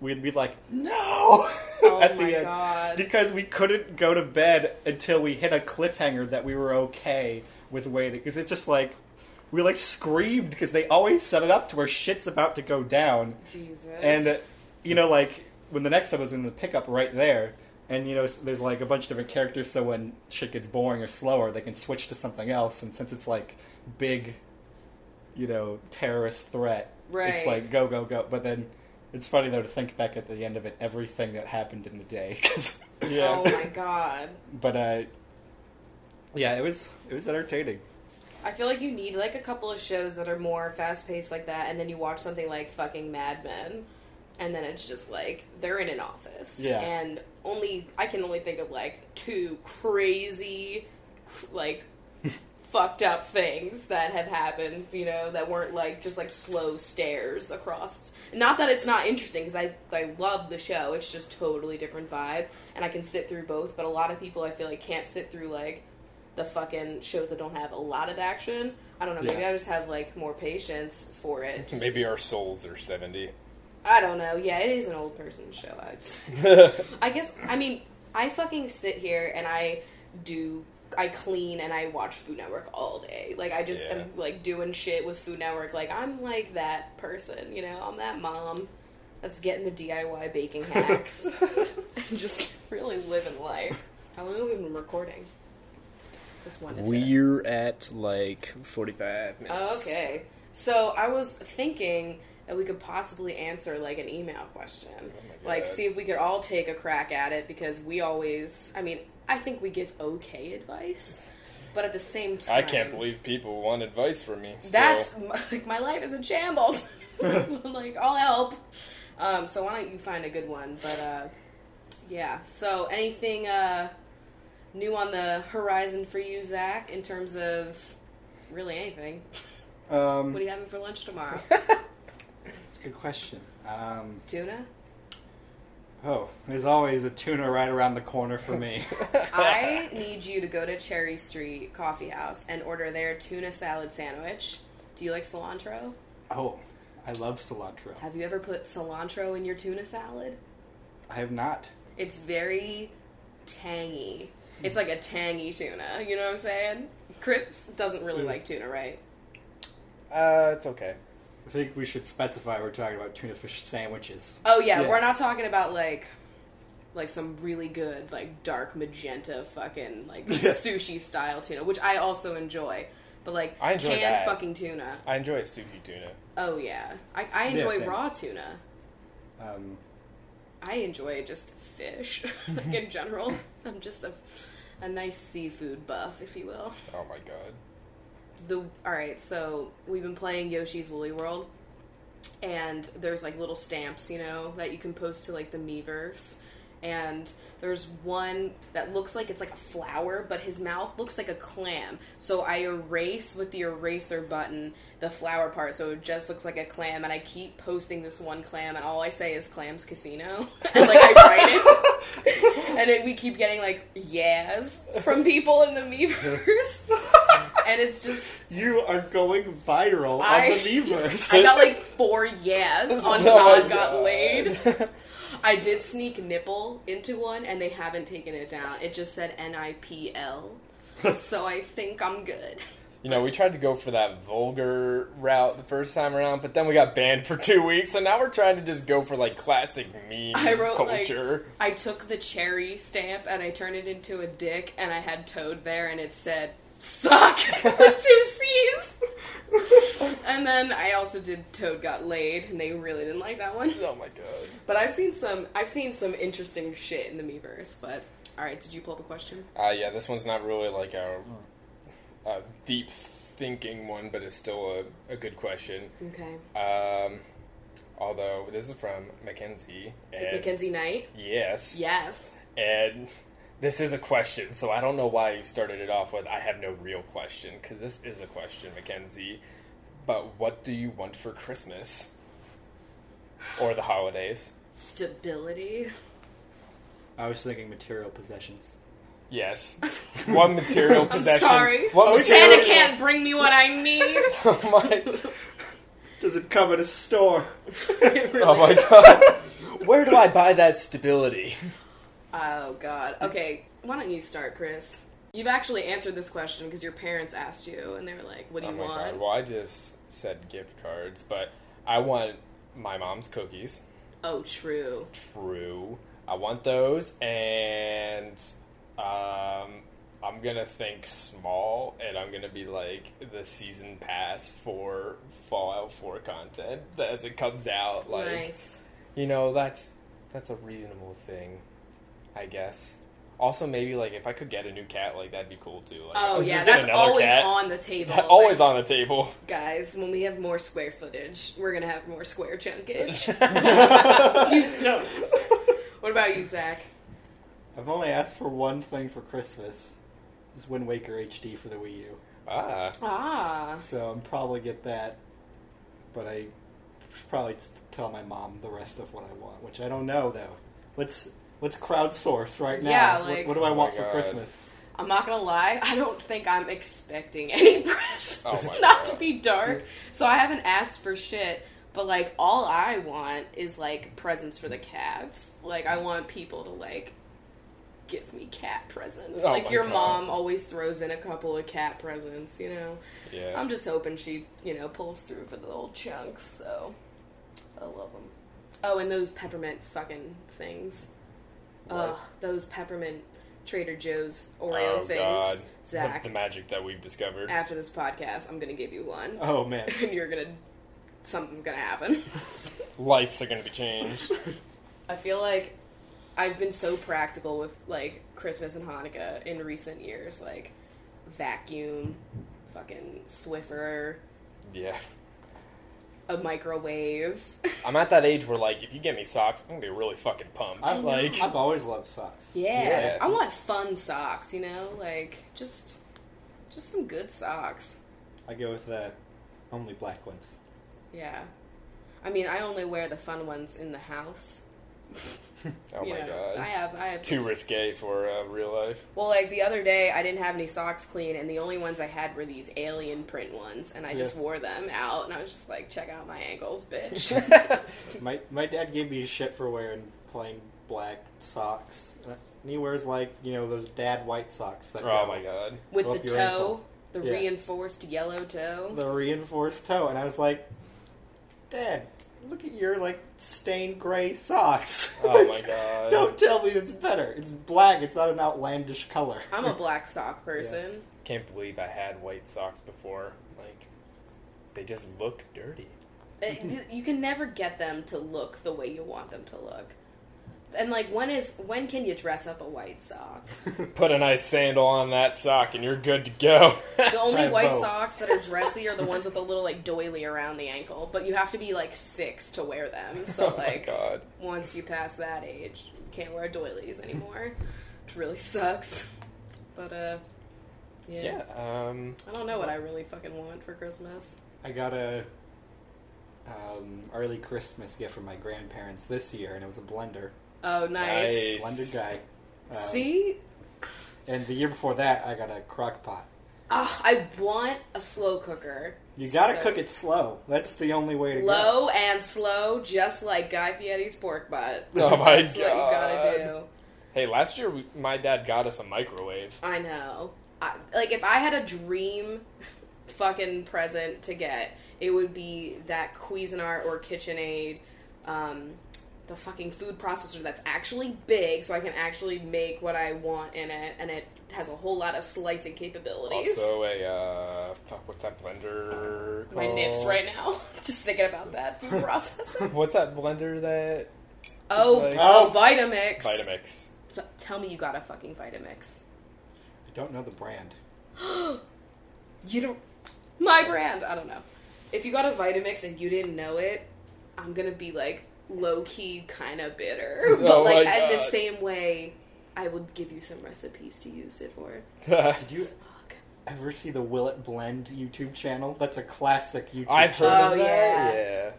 we'd be like no Oh at my the end God. because we couldn't go to bed until we hit a cliffhanger that we were okay with waiting because it's just like we like screamed because they always set it up to where shit's about to go down Jesus. and uh, you know like when the next episode's in the pickup right there and you know s- there's like a bunch of different characters so when shit gets boring or slower they can switch to something else and since it's like big you know terrorist threat Right. it's like go go go but then it's funny though to think back at the end of it everything that happened in the day 'cause- Oh my god. but uh yeah it was it was entertaining I feel like you need like a couple of shows that are more fast paced like that, and then you watch something like fucking Mad Men, and then it's just like they're in an office. Yeah. And only I can only think of like two crazy, cr- like fucked up things that have happened. You know, that weren't like just like slow stares across. Not that it's not interesting because I I love the show. It's just totally different vibe, and I can sit through both. But a lot of people I feel like can't sit through like the fucking shows that don't have a lot of action. I don't know. Maybe Yeah. I just have like more patience for it. Just- Maybe our souls are 70. I don't know. Yeah, it is an old person show. I'd say. I guess I mean I fucking sit here and I do I clean and I watch Food Network all day. Like I just Yeah. am like doing shit with Food Network. Like I'm like that person, you know. I'm that mom that's getting the DIY baking hacks and just really living life. How long have we been recording? Just wanted to. We're at like 45 minutes. Okay. So I was thinking that we could possibly answer like an email question. Oh my like God. see if we could all take a crack at it because we always I mean, I think we give okay advice, but at the same time I can't believe people want advice from me. so- that's my, like my life is in shambles. I'm like I'll help. Um, so why don't you find a good one? But uh, yeah. So anything uh, new on the horizon for you, Zach? In terms of really anything? Um, What are you having for lunch tomorrow? It's a good question. Um, Tuna. oh, there's always a tuna right around the corner for me. I need you to go to Cherry Street Coffee House and order their tuna salad sandwich. Do you like cilantro? oh, I love cilantro. Have you ever put cilantro in your tuna salad? I have not. It's very tangy. It's like a tangy tuna. You know what I'm saying? Chris doesn't really Mm. like tuna, right? Uh, it's okay. I think we should specify we're talking about tuna fish sandwiches. Oh yeah, Yeah. we're not talking about like like some really good like dark magenta fucking like Yeah. sushi style tuna, which I also enjoy. But like I enjoy canned that. fucking tuna. I enjoy sushi tuna. Oh yeah, I, I enjoy same. raw tuna. Um, I enjoy just fish like in general. I'm just a a nice seafood buff, if you will. Oh my god. The all right, so we've been playing Yoshi's Woolly World, and there's like little stamps, you know, that you can post to like the Meverse, and there's one that looks like it's like a flower, but his mouth looks like a clam. So I erase with the eraser button the flower part, so it just looks like a clam. And I keep posting this one clam, and all I say is "Clams Casino," and like I write it, and it, we keep getting like yes from people in the Meverse, and it's just you are going viral I- on the Meverse. I got like four yes on Oh Todd my got God. laid. I did sneak nipple into one and they haven't taken it down. It just said N I P L. So I think I'm good. You know, we tried to go for that vulgar route the first time around, but then we got banned for two weeks, so now we're trying to just go for like classic meme I wrote, like- culture. I took the cherry stamp and I turned it into a dick and I had toad there and it said suck with two C's. and then I also did toad got laid and they really didn't like that one. oh my god. But I've seen some I've seen some interesting shit in the Meverse, but all right, did you pull up a question? Uh, yeah, this one's not really like a, a deep thinking one, but it's still a, a good question. Okay. Um, although this is from Mackenzie, and Mackenzie Knight? yes, Yes. and this is a question, so I don't know why you started it off with "I have no real question" because this is a question, Mackenzie. But what do you want for Christmas or the holidays? Stability. I was thinking material possessions. Yes, one material I'm possession. sorry. Oh, What material- Santa can't bring me what I need. Oh my. Does it come at a store? It really- Oh my god. Where do I buy that stability? Oh, God. Okay, why don't you start, Chris? You've actually answered this question because your parents asked you, and they were like, "What do Oh you my want?" god. Well, I just said gift cards, but I want my mom's cookies. Oh, true. True. I want those, and um, I'm gonna think small, and I'm gonna be like the season pass for Fallout 4 content as it comes out. Like, nice. you know, that's that's a reasonable thing, I guess. Also, maybe like if I could get a new cat, like that'd be cool too. Like, Oh let's yeah, just get that's another always cat. on the table. always like, on the table. Guys, when we have more square footage, we're gonna have more square chunkage. you don't. What about you, Zach? I've only asked for one thing for Christmas. Is Wind Waker HD for the Wii U. Ah, Ah, So I'm probably get that, but I should probably s- tell my mom the rest of what I want, which I don't know though. Let's let's crowdsource right now. Yeah, What- like- what, do Oh I my want for God. Christmas? I'm not gonna lie. I don't think I'm expecting any presents. Oh my God. not to be dark, so I haven't asked for shit. But like, all I want is like presents for the cats. Like, I want people to like give me cat presents. Oh like my your God. mom always throws in a couple of cat presents, you know. yeah. I'm just hoping she, you know, pulls through for the old chunks. So I love them. Oh, and those peppermint fucking things. Ugh, What? those peppermint Trader Joe's Oreo oh things. god, The- Zach, the magic that we've discovered. after this podcast, I'm gonna give you one, Oh man, and you're gonna something's gonna happen. Lives are gonna be changed. I feel like I've been so practical with like Christmas and Hanukkah in recent years, like vacuum, fucking Swiffer, yeah, a microwave. I'm at that age where like if you get me socks, I'm gonna be really fucking pumped. I've like I've always loved socks. Yeah. Yeah. I want fun socks, you know? Like just just some good socks. I go with the only black ones. Yeah. I mean, I only wear the fun ones in the house. oh you my know? god, I have I have too some- risque for uh, real life. Well, like the other day I didn't have any socks clean and the only ones I had were these alien print ones and I just Yeah. wore them out and I was just like, check out my ankles, bitch. Oh My my dad gave me shit for wearing plain black socks. Uh, And he wears like you know those dad white socks that oh go my god, With Up the your toe, ankle. the Yeah. reinforced yellow toe. the reinforced toe, and I was like, Dad, look at your like stained gray socks. oh my god. Don't tell me it's better. It's black. It's not an outlandish color. I'm a black sock person. Can't believe I had white socks before. Like they just look dirty. Uh, you- you can never get them to look the way you want them to look. And like when is when can you dress up a white sock? Put a nice sandal on that sock and you're good to go. The only Try white both. socks that are dressy are the ones with the little like doily around the ankle, but you have to be like 6 to wear them. So oh my like god. once you pass that age, you can't wear doilies anymore. Which really sucks. But uh yeah. Yeah. Um. I don't know what I really fucking want for Christmas. I got a um, early Christmas gift from my grandparents this year, and it was a blender. Oh, nice. Nice. Blender guy. Um, See? And the year before that, I got a crock pot. Ugh, Ah, I want a slow cooker. You gotta so cook it slow. That's the only way to go. low and slow, just like Guy Fieri's pork butt. Oh my That's god. what you gotta do. Hey, last year we, my dad got us a microwave. I know. I, like if I had a dream fucking present to get, it would be that Cuisinart or KitchenAid, um, the fucking food processor that's actually big, so I can actually make what I want in it, and it has a whole lot of slicing capabilities. Also a uh, fuck, what's that blender? Called? My nips uh, right now, just thinking about that food processor. What's that blender that oh, like- oh, Oh. Vitamix. Vitamix? T- tell me you got a fucking Vitamix. I don't know the brand. You don't. My brand. I don't know. If you got a Vitamix and you didn't know it, I'm gonna be like low key kind of bitter. But Oh like my in the God. same way, I would give you some recipes to use it for. Did you Fuck. ever see the Will It Blend YouTube channel? That's a classic YouTube I've channel. heard Oh, of that.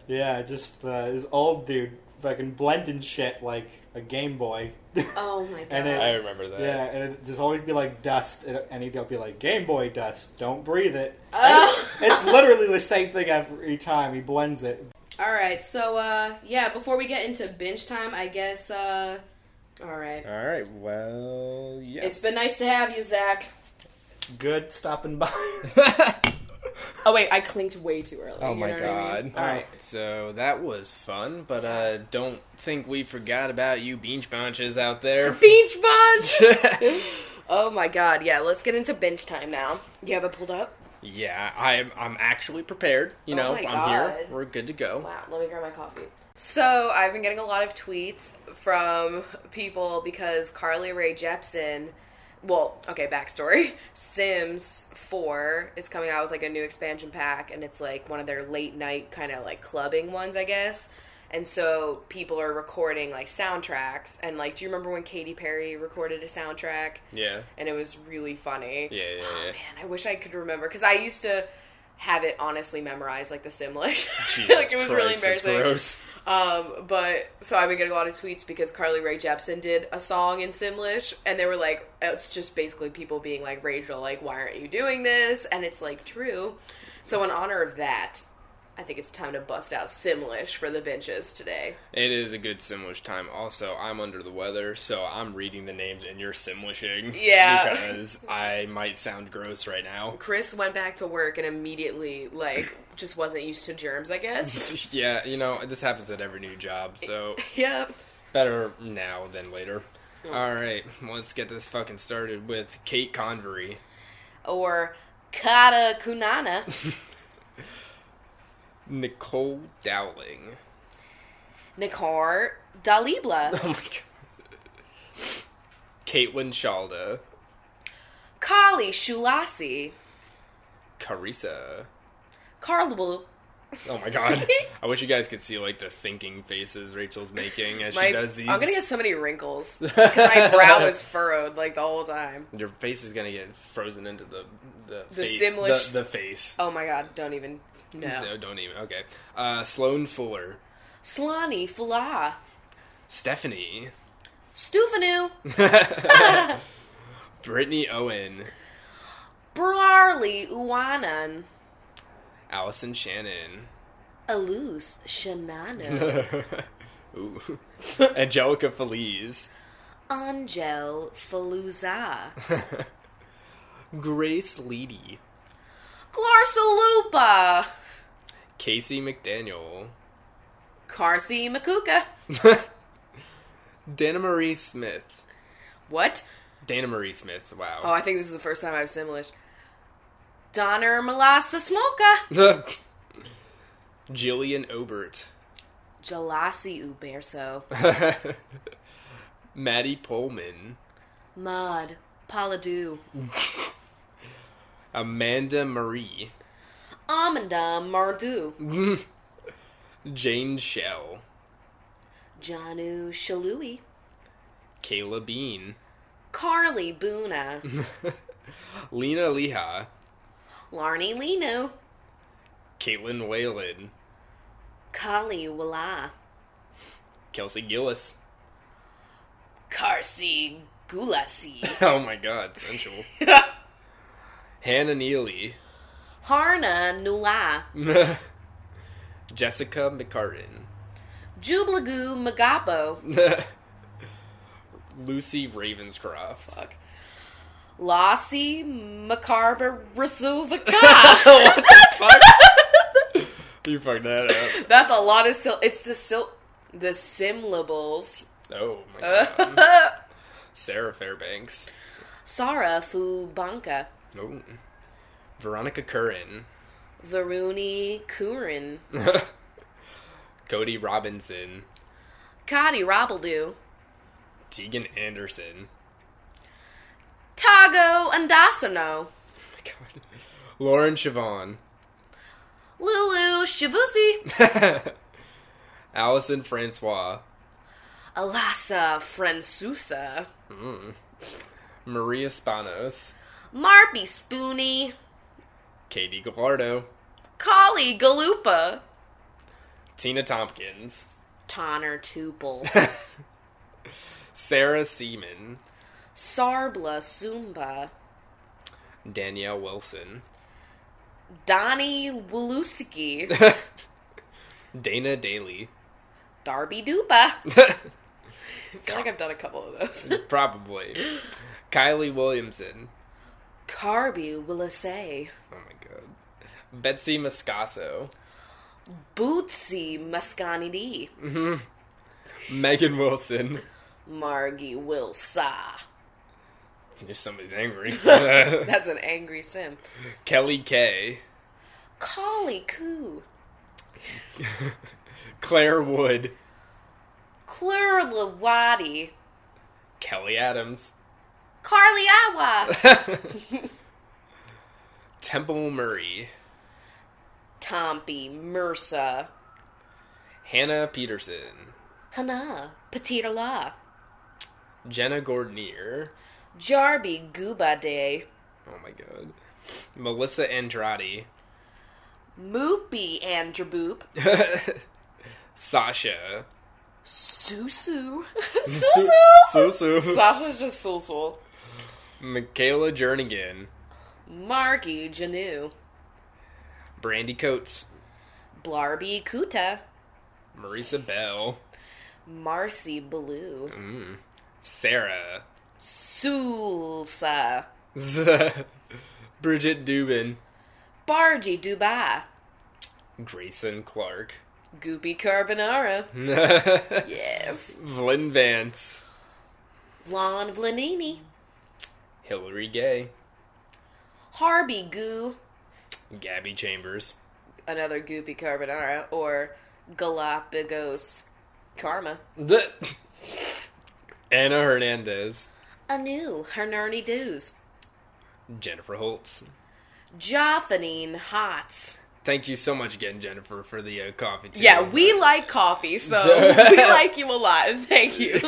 yeah. Yeah. Yeah, just uh, this old dude fucking blending shit like a Game Boy. Oh my god. And it- I remember that. yeah, and it just always be like dust, and, and he'd be like, Game Boy dust, don't breathe it. Oh. And it's literally the same thing every time. He blends it. all right. So uh, yeah. Before we get into binge time, I guess. Uh, all right. All right. Well, yeah. It's been nice to have you, Zach. Good stopping by. Oh wait, I clinked way too early. oh you my know what I god. mean? All right. So that was fun, but uh don't think we forgot about you beach bunches out there. Beach bunch. Oh my god, yeah, let's get into bench time now. You have it pulled up? Yeah, I'm I'm actually prepared. You Oh know, my I'm here. God. We're good to go. Wow, let me grab my coffee. So I've been getting a lot of tweets from people because Carly Rae Jepsen. Well, okay, backstory. Sims 4 is coming out with like a new expansion pack, and it's like one of their late night kind of like clubbing ones, I guess. And so people are recording like soundtracks. And like, do you remember when Katy Perry recorded a soundtrack? Yeah. and it was really funny. Yeah, yeah, oh, yeah. Man, I wish I could remember because I used to have it honestly memorized like the Simlish. Jesus like it was Christ, really that's embarrassing. gross. Um, but so I've been getting a lot of tweets because Carly Rae Jepsen did a song in Simlish, and they were like, it's just basically people being like, Rachel, like, why aren't you doing this? And it's like true. So in honor of that. I think it's time to bust out Simlish for the benches today. It is a good Simlish time. Also, I'm under the weather, so I'm reading the names and you're Simlishing. Yeah. Because I might sound gross right now. Chris went back to work and immediately, like, just wasn't used to germs, I guess. yeah, you know, this happens at every new job, so yep. better now than later. Hmm. All right, let's get this fucking started with Kate Convery. or Kata Kunana, Nicole Dowling. Nikar Dalibla, Oh my god. Caitlin Shalda. Kali Shulasi, Carissa. Carlabu. Oh my god. I wish you guys could see like the thinking faces Rachel's making as she does these. I'm gonna get so many wrinkles because my brow is furrowed like the whole time. Your face is gonna get frozen into the the, The face. Simlish- The, the face. Oh my god, don't even no. No, don't even. Okay. Uh, Sloan Fuller. Slani Fula Stephanie. Stufanu Brittany Owen. Brarly Uwanan Allison Shannon. Alus Shanano Ooh. Angelica Feliz. Angel Faluza Grace Leedy. Glarsalupa Casey McDaniel. Karsi Makuka. Dana Marie Smith. What? Dana Marie Smith. Wow. Oh, I think this is the first time I've Simlish. Donner Melassa Smoka. Jillian Obert. Jalasi Uberso. Maddie Pullman. Mud. Paladu. Amanda Marie. Amanda Mardu. Jane Shell. Janu Shalui. Kayla Bean. Carly Buna. Lena Leha. Larnie Lino. Caitlin Whalen. Kali Wala. Kelsey Gillis. Karsi Gulasi. Oh my god, sensual. Hannah Neely. Harna Nula. Jessica McCartan. Jublagu Magapo. Lucy Ravenscroft. Fuck. Lassi Macarver Rasuvaka. You fucked that up. That's a lot of sil. It's the sil. The simlables. Oh my god. Sarah Fairbanks. Sara Fubanka. Oh. Veronica Curran. Varuni Kurin. Cody Robinson. Kadi Rabaldu. Tegan Anderson. Tago Andasano. Oh my god. Lauren Chavon. Lulu Shivusi. Allison Francois. Alasa Fransusa. Maria Spanos. Marpy Spoony. Katie Gallardo. Kali Galupa. Tina Tompkins. Tonner Tuple. Sarah Seaman. Sarbla Sumba. Danielle Wilson. Donnie Wulusiki. Dana Daly. Darby Duba. I feel like I've done a couple of those. Probably. Kylie Williamson. Carby Willisay. Oh my god. Betsy Moscasso. Bootsy Mascani D. Megan Wilson. Margie Wilsa. If somebody's angry. That's an angry sim. Kelly K. Collie Coo. Claire Wood. Claire Lawati. Kelly Adams. Carly Awa. Temple Murray. Tompi Mursa. Hannah Peterson. Hana. Petita La. Jenna Gordnier. Jarby Guba Day. Oh my god. Melissa Andrade. Moopy Andraboop. Sasha. Susu. Susu. Sasha's just Susu. Michaela Jernigan. Marky Janu. Brandy Coates. Blarby Kuta. Marisa Bell. Marcy Blue. Sarah. Sulsa. Bridget Dubin. Bargy Dubai. Grayson Clark. Goopy Carbonara. Vlyn Yes. Vance. Lon Vlanini. Hillary Gay. Harby Goo. Gabby Chambers. Another Goopy Carbonara. Or Galapagos Karma. Anna Hernandez. Anu. Hernani Dews. Jennifer Holtz. Joffanine Hots. Thank you so much again, Jennifer, for the uh, coffee. too. Yeah, we like coffee, so we like you a lot. and Thank you.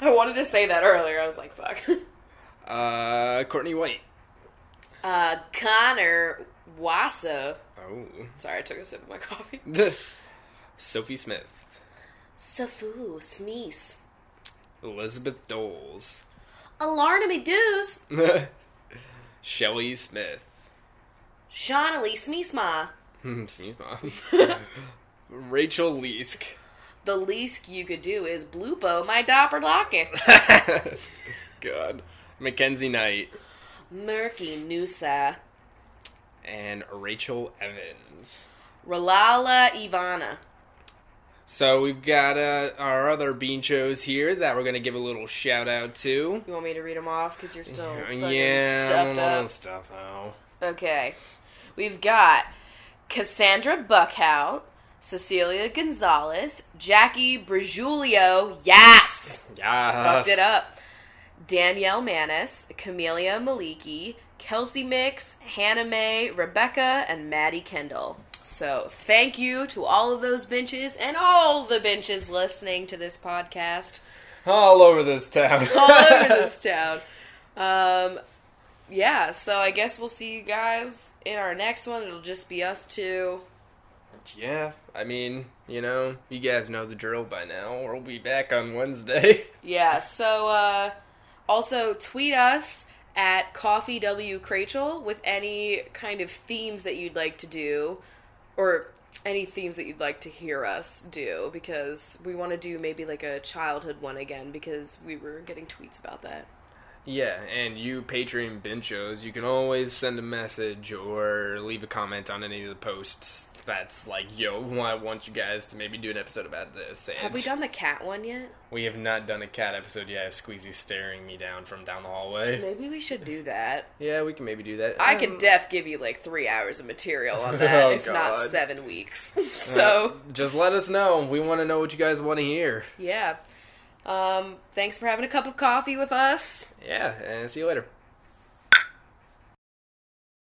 I wanted to say that earlier. I was like, fuck. uh, Courtney White. Uh, Connor Wassa. Oh. Sorry, I took a sip of my coffee. Sophie Smith. Safu Smees. Elizabeth Doles. Alarna McDews. Shelly Smith. Shauna Lee Smeesma. Hmm, Sneeze mom. Rachel Leask. The least you could do is bloopo my dopper locking. God. Mackenzie Knight. Murky Noosa. And Rachel Evans. Ralala Ivana. So we've got uh, our other bean shows here that we're going to give a little shout out to. You want me to read them off? Because you're still fucking yeah, stuffed up. stuff oh. out. Okay. We've got Cassandra Buckhout, Cecilia Gonzalez, Jackie Brigulio, yes! Yes. Fucked it up. Danielle Manis, Camelia Maliki, Kelsey Mix, Hannah Mae, Rebecca, and Maddie Kendall. So thank you to all of those benches and all the benches listening to this podcast All over this town. all over this town. Um, yeah, so I guess we'll see you guys in our next one. It'll just be us two. yeah, I mean, you know, you guys know the drill by now. We'll be back on Wednesday. Yeah, so uh, also tweet us at Coffee W Crachel with any kind of themes that you'd like to do or any themes that you'd like to hear us do because we want to do maybe like a childhood one again because we were getting tweets about that. Yeah, and you Patreon benchos, you can always send a message or leave a comment on any of the posts. That's like, yo, I want you guys to maybe do an episode about this. And Have we done the cat one yet? We have not done a cat episode yet. Squeezy's staring me down from down the hallway. Maybe we should do that. Yeah, we can maybe do that. I Um, can def give you like three hours of material on that, Oh, if not God. seven weeks. so just let us know. We want to know what you guys want to hear. yeah, um, thanks for having a cup of coffee with us. Yeah, and see you later.